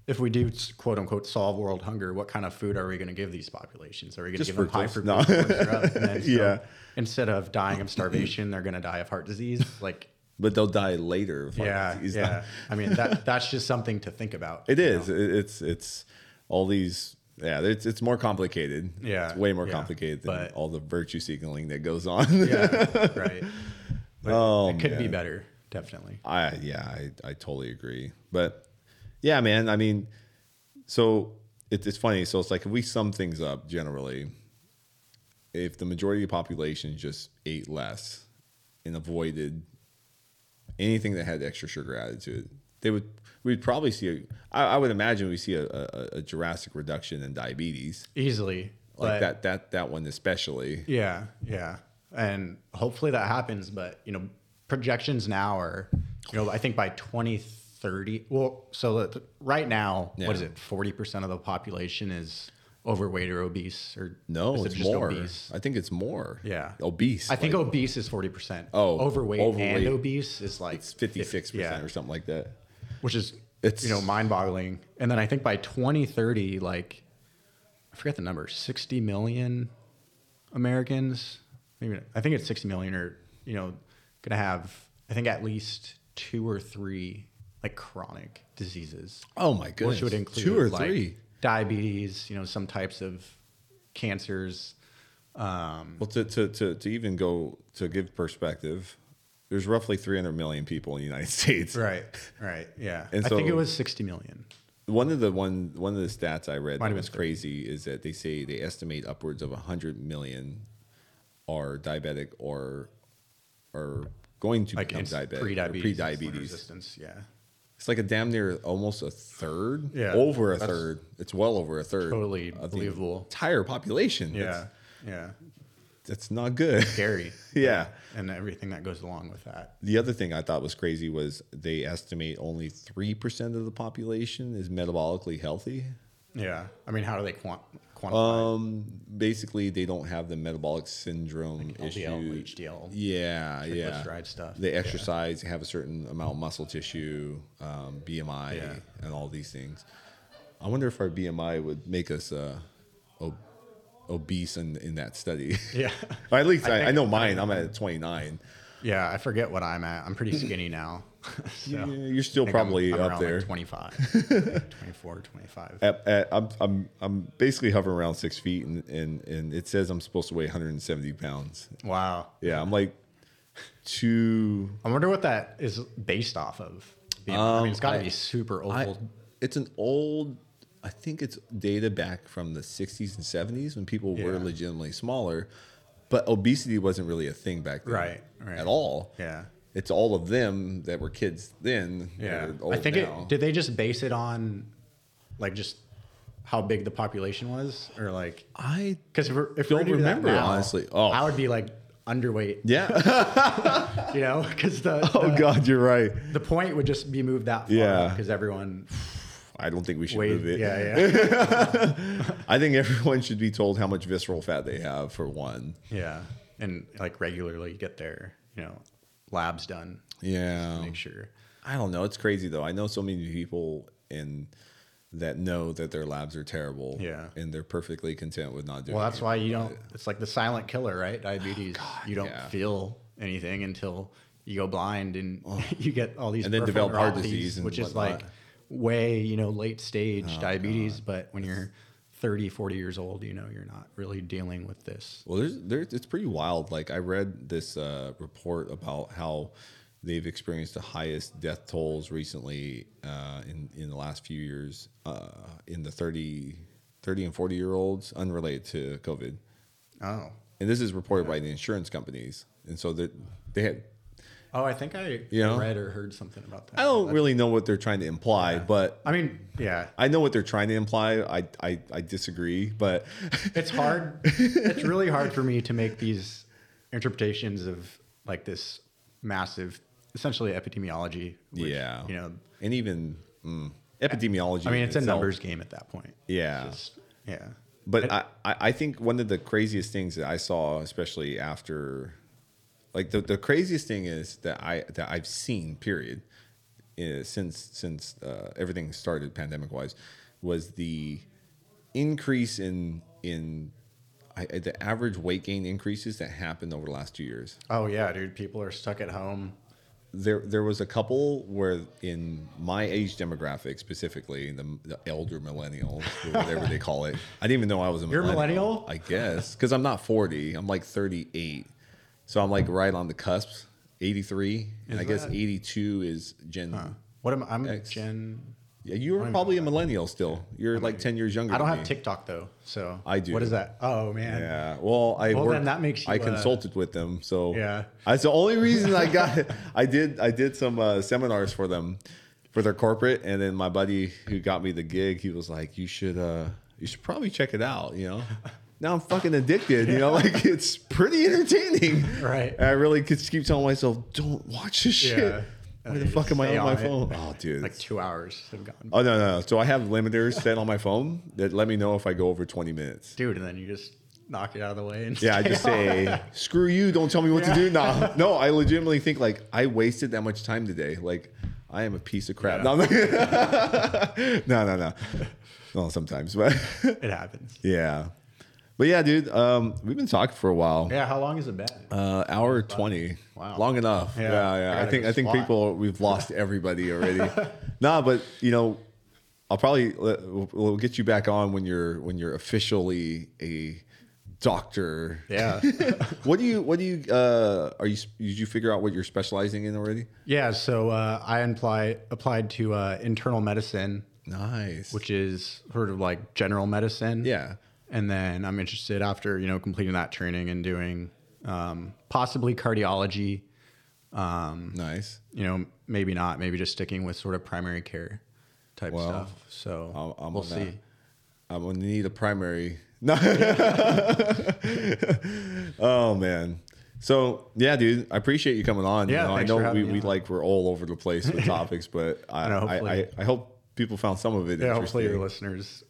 if we do quote unquote solve world hunger, what kind of food are we going to give these populations? Are we going to Just give them high fructose. fructose No. corn syrup? And then so Yeah. Instead of dying of starvation, they're going to die of heart disease. Like but they'll die later. of heart yeah, disease. yeah. I mean, that that's just something to think about. It is. It, it's it's all these. Yeah, it's it's more complicated. Yeah, it's way more yeah. complicated than But- all the virtue signaling that goes on. Yeah, right. But Oh, it could be man. better, definitely. I yeah, I, I totally agree. But yeah, man, I mean, so it, it's funny. So it's like if we sum things up generally, if the majority of the population just ate less and avoided anything that had extra sugar added to it, they would we'd probably see. A, I, I would imagine we see a, a, a drastic reduction in diabetes, Easily. like but- that that that one especially. Yeah, yeah. And hopefully that happens, but you know, projections now are, you know, I think by 2030, well, so that- right now, Yeah. what is it? 40% of the population is overweight or obese or No, is it it's just more. Obese? I think it's more. Yeah. obese. I think like- obese is 40%. Oh, overweight, overweight. and obese is like it's 56% yeah. or something like that. which is It's- you know mind boggling. And then I think by 2030, like I forget the number, 60 million Americans, maybe I think it's 60 million are you know gonna have I think at least two or three like chronic diseases, Oh my goodness. which would include two or like, three. diabetes, you know some types of cancers. Um, Well, to, to, to, to even go to give perspective, there's roughly 300 million people in the United States. right, right, yeah. And I think so- it was 60 million. One of the one one of the stats I read Might that have was been crazy is that they say they estimate upwards of 100 million are diabetic or are going to Like become it's diabetic, or pre-diabetes, insulin pre-diabetes. resistance, yeah. It's like a damn near almost a third, Yeah. over a That's- third. It's well over a third. Totally of the believable. Entire population. Yeah, That's, yeah. that's not good. Scary. yeah. and everything that goes along with that. The other thing I thought was crazy was they estimate only 3% of the population is metabolically healthy. Yeah. I mean, how do they quant- quantify Um, basically, they don't have the metabolic syndrome LDL, issue. HDL, Yeah, yeah. triglyceride stuff? They Yeah. exercise, have a certain amount of muscle tissue, um, BMI, Yeah. and all these things. I wonder if our BMI would make us uh, ob- obese in, in that study. Yeah. or at least I, I, think- know mine. I'm at 29. Yeah. I forget what I'm at. I'm pretty skinny now. so Yeah, I you're still think I'm- probably I'm up around, there. Uh, Like 25, 24, 25. at, at, I'm, I'm, I'm basically hovering around six feet, and, and, and it says I'm supposed to weigh 170 pounds. Wow. Yeah, I'm like two. I wonder what that is based off of. Being- I mean, it's got to be super old. Um, I, it's an old. I think it's data back from the 60s and 70s when people were Yeah. legitimately smaller, but obesity wasn't really a thing back then, Right, right. At all. yeah. It's all of them that were kids then. that Yeah. are old I think now. it, did they just base it on like just how big the population was or like I Because if, we're- if Don't we remember, honestly. Oh. I would be like underweight, yeah. you know, because the, oh the, God, you're right. the point would just be moved that far. Yeah. because everyone I don't think we should weighed. move it. Yeah, yeah, I think everyone should be told how much visceral fat they have for one. yeah, and like regularly get their you know labs done, Yeah. make sure. I don't know. It's crazy though. I know so many people in that know that their labs are terrible. Yeah. And they're perfectly content with not doing Well, that's it. why you don't. It's like the silent killer, right? Diabetes. you don't Oh, yeah. feel anything until you go blind and you get all these Oh. And then peripheral develop heart neuropathies, disease and which is whatnot. Oh, like way you know late stage diabetes. But when you're 30, 40 years old, you know you're not really dealing with this. Well, there's, there's it's pretty wild. Like I read this uh, report about how They've experienced the highest death tolls recently uh, in in the last few years uh, in the 30, 30 and forty year olds, unrelated to COVID. Oh. And this is reported by the insurance companies, and so that they have. Oh, I think I Yeah. read or heard something about that. I don't really know what they're trying to imply, but I mean, yeah, I know what they're trying to imply. I I, I disagree, but it's hard. it's really hard for me to make these interpretations of like this massive, essentially epidemiology. which, Yeah. you know, and even mm, epidemiology. I mean, it's a itself- numbers game at that point. Yeah. It's- yeah. But I, I I think one of the craziest things that I saw, especially after, like the, the craziest thing is that I that I've seen, period, is since since uh, everything started pandemic wise, was the increase in in I, I- the average weight gain increases that happened over the last two years. Oh yeah, dude. People are stuck at home. there there was a couple where in my age demographic specifically the, the elder millennials or whatever they call it i didn't even know i was a You're a millennial? i guess because i'm not 40 i'm like 38 so i'm like right on the cusp 83 and Is i guess that- 82 is gen What am I? I'm Yikes. Gen. yeah, you were probably a millennial still you're like 10 years younger I don't than have me. TikTok though, so I do. What is that? Oh man. yeah well i Well, worked, then that makes you, i uh, consulted with them so Yeah. that's the only reason i got i did i did some uh, seminars for them for their corporate and then my buddy who got me the gig he was like you should uh you should probably check it out you know now i'm fucking addicted you know like it's pretty entertaining Right. and i really could keep telling myself don't watch this Yeah. shit why the fuck am i Stay on my on it. phone oh dude Like two hours have gone. oh no no so i have limiters set on my phone that let me know if i go over 20 minutes dude, and then you just knock it out of the way. And Yeah, I stay just on. say, screw you, don't tell me what Yeah. to do. Nah, no, I legitimately think like I wasted that much time today. Like I am a piece of crap. Yeah. No, I'm- no, no, no. Well, sometimes, but it happens. yeah. But yeah, dude, um, we've been talking for a while. Yeah, how long has it been? Uh, hour twenty. Wow. Long enough. Yeah. Yeah, yeah. I I, gotta think go I think squat. people we've lost everybody already. nah, but you know, I'll probably let- we'll, we'll get you back on when you're when you're officially a doctor. yeah, What do you what do you uh are you did you figure out what you're specializing in already? yeah. So uh, I apply, applied to uh, internal medicine, Nice. which is sort of like general medicine. yeah. and then I'm interested after you know completing that training and doing um, possibly cardiology. Mm-hmm. Nice. You know, maybe not. Maybe just sticking with sort of primary care type Well, stuff. So I'll- I'm we'll on see. that. I'm gonna need a primary. No. oh man. So yeah, dude, I appreciate you coming on. You Yeah, know, I thanks for know we, having me we on. like we're all over the place with topics, but I know, I, I, hopefully- I hope people found some of it Yeah, interesting. hopefully your listeners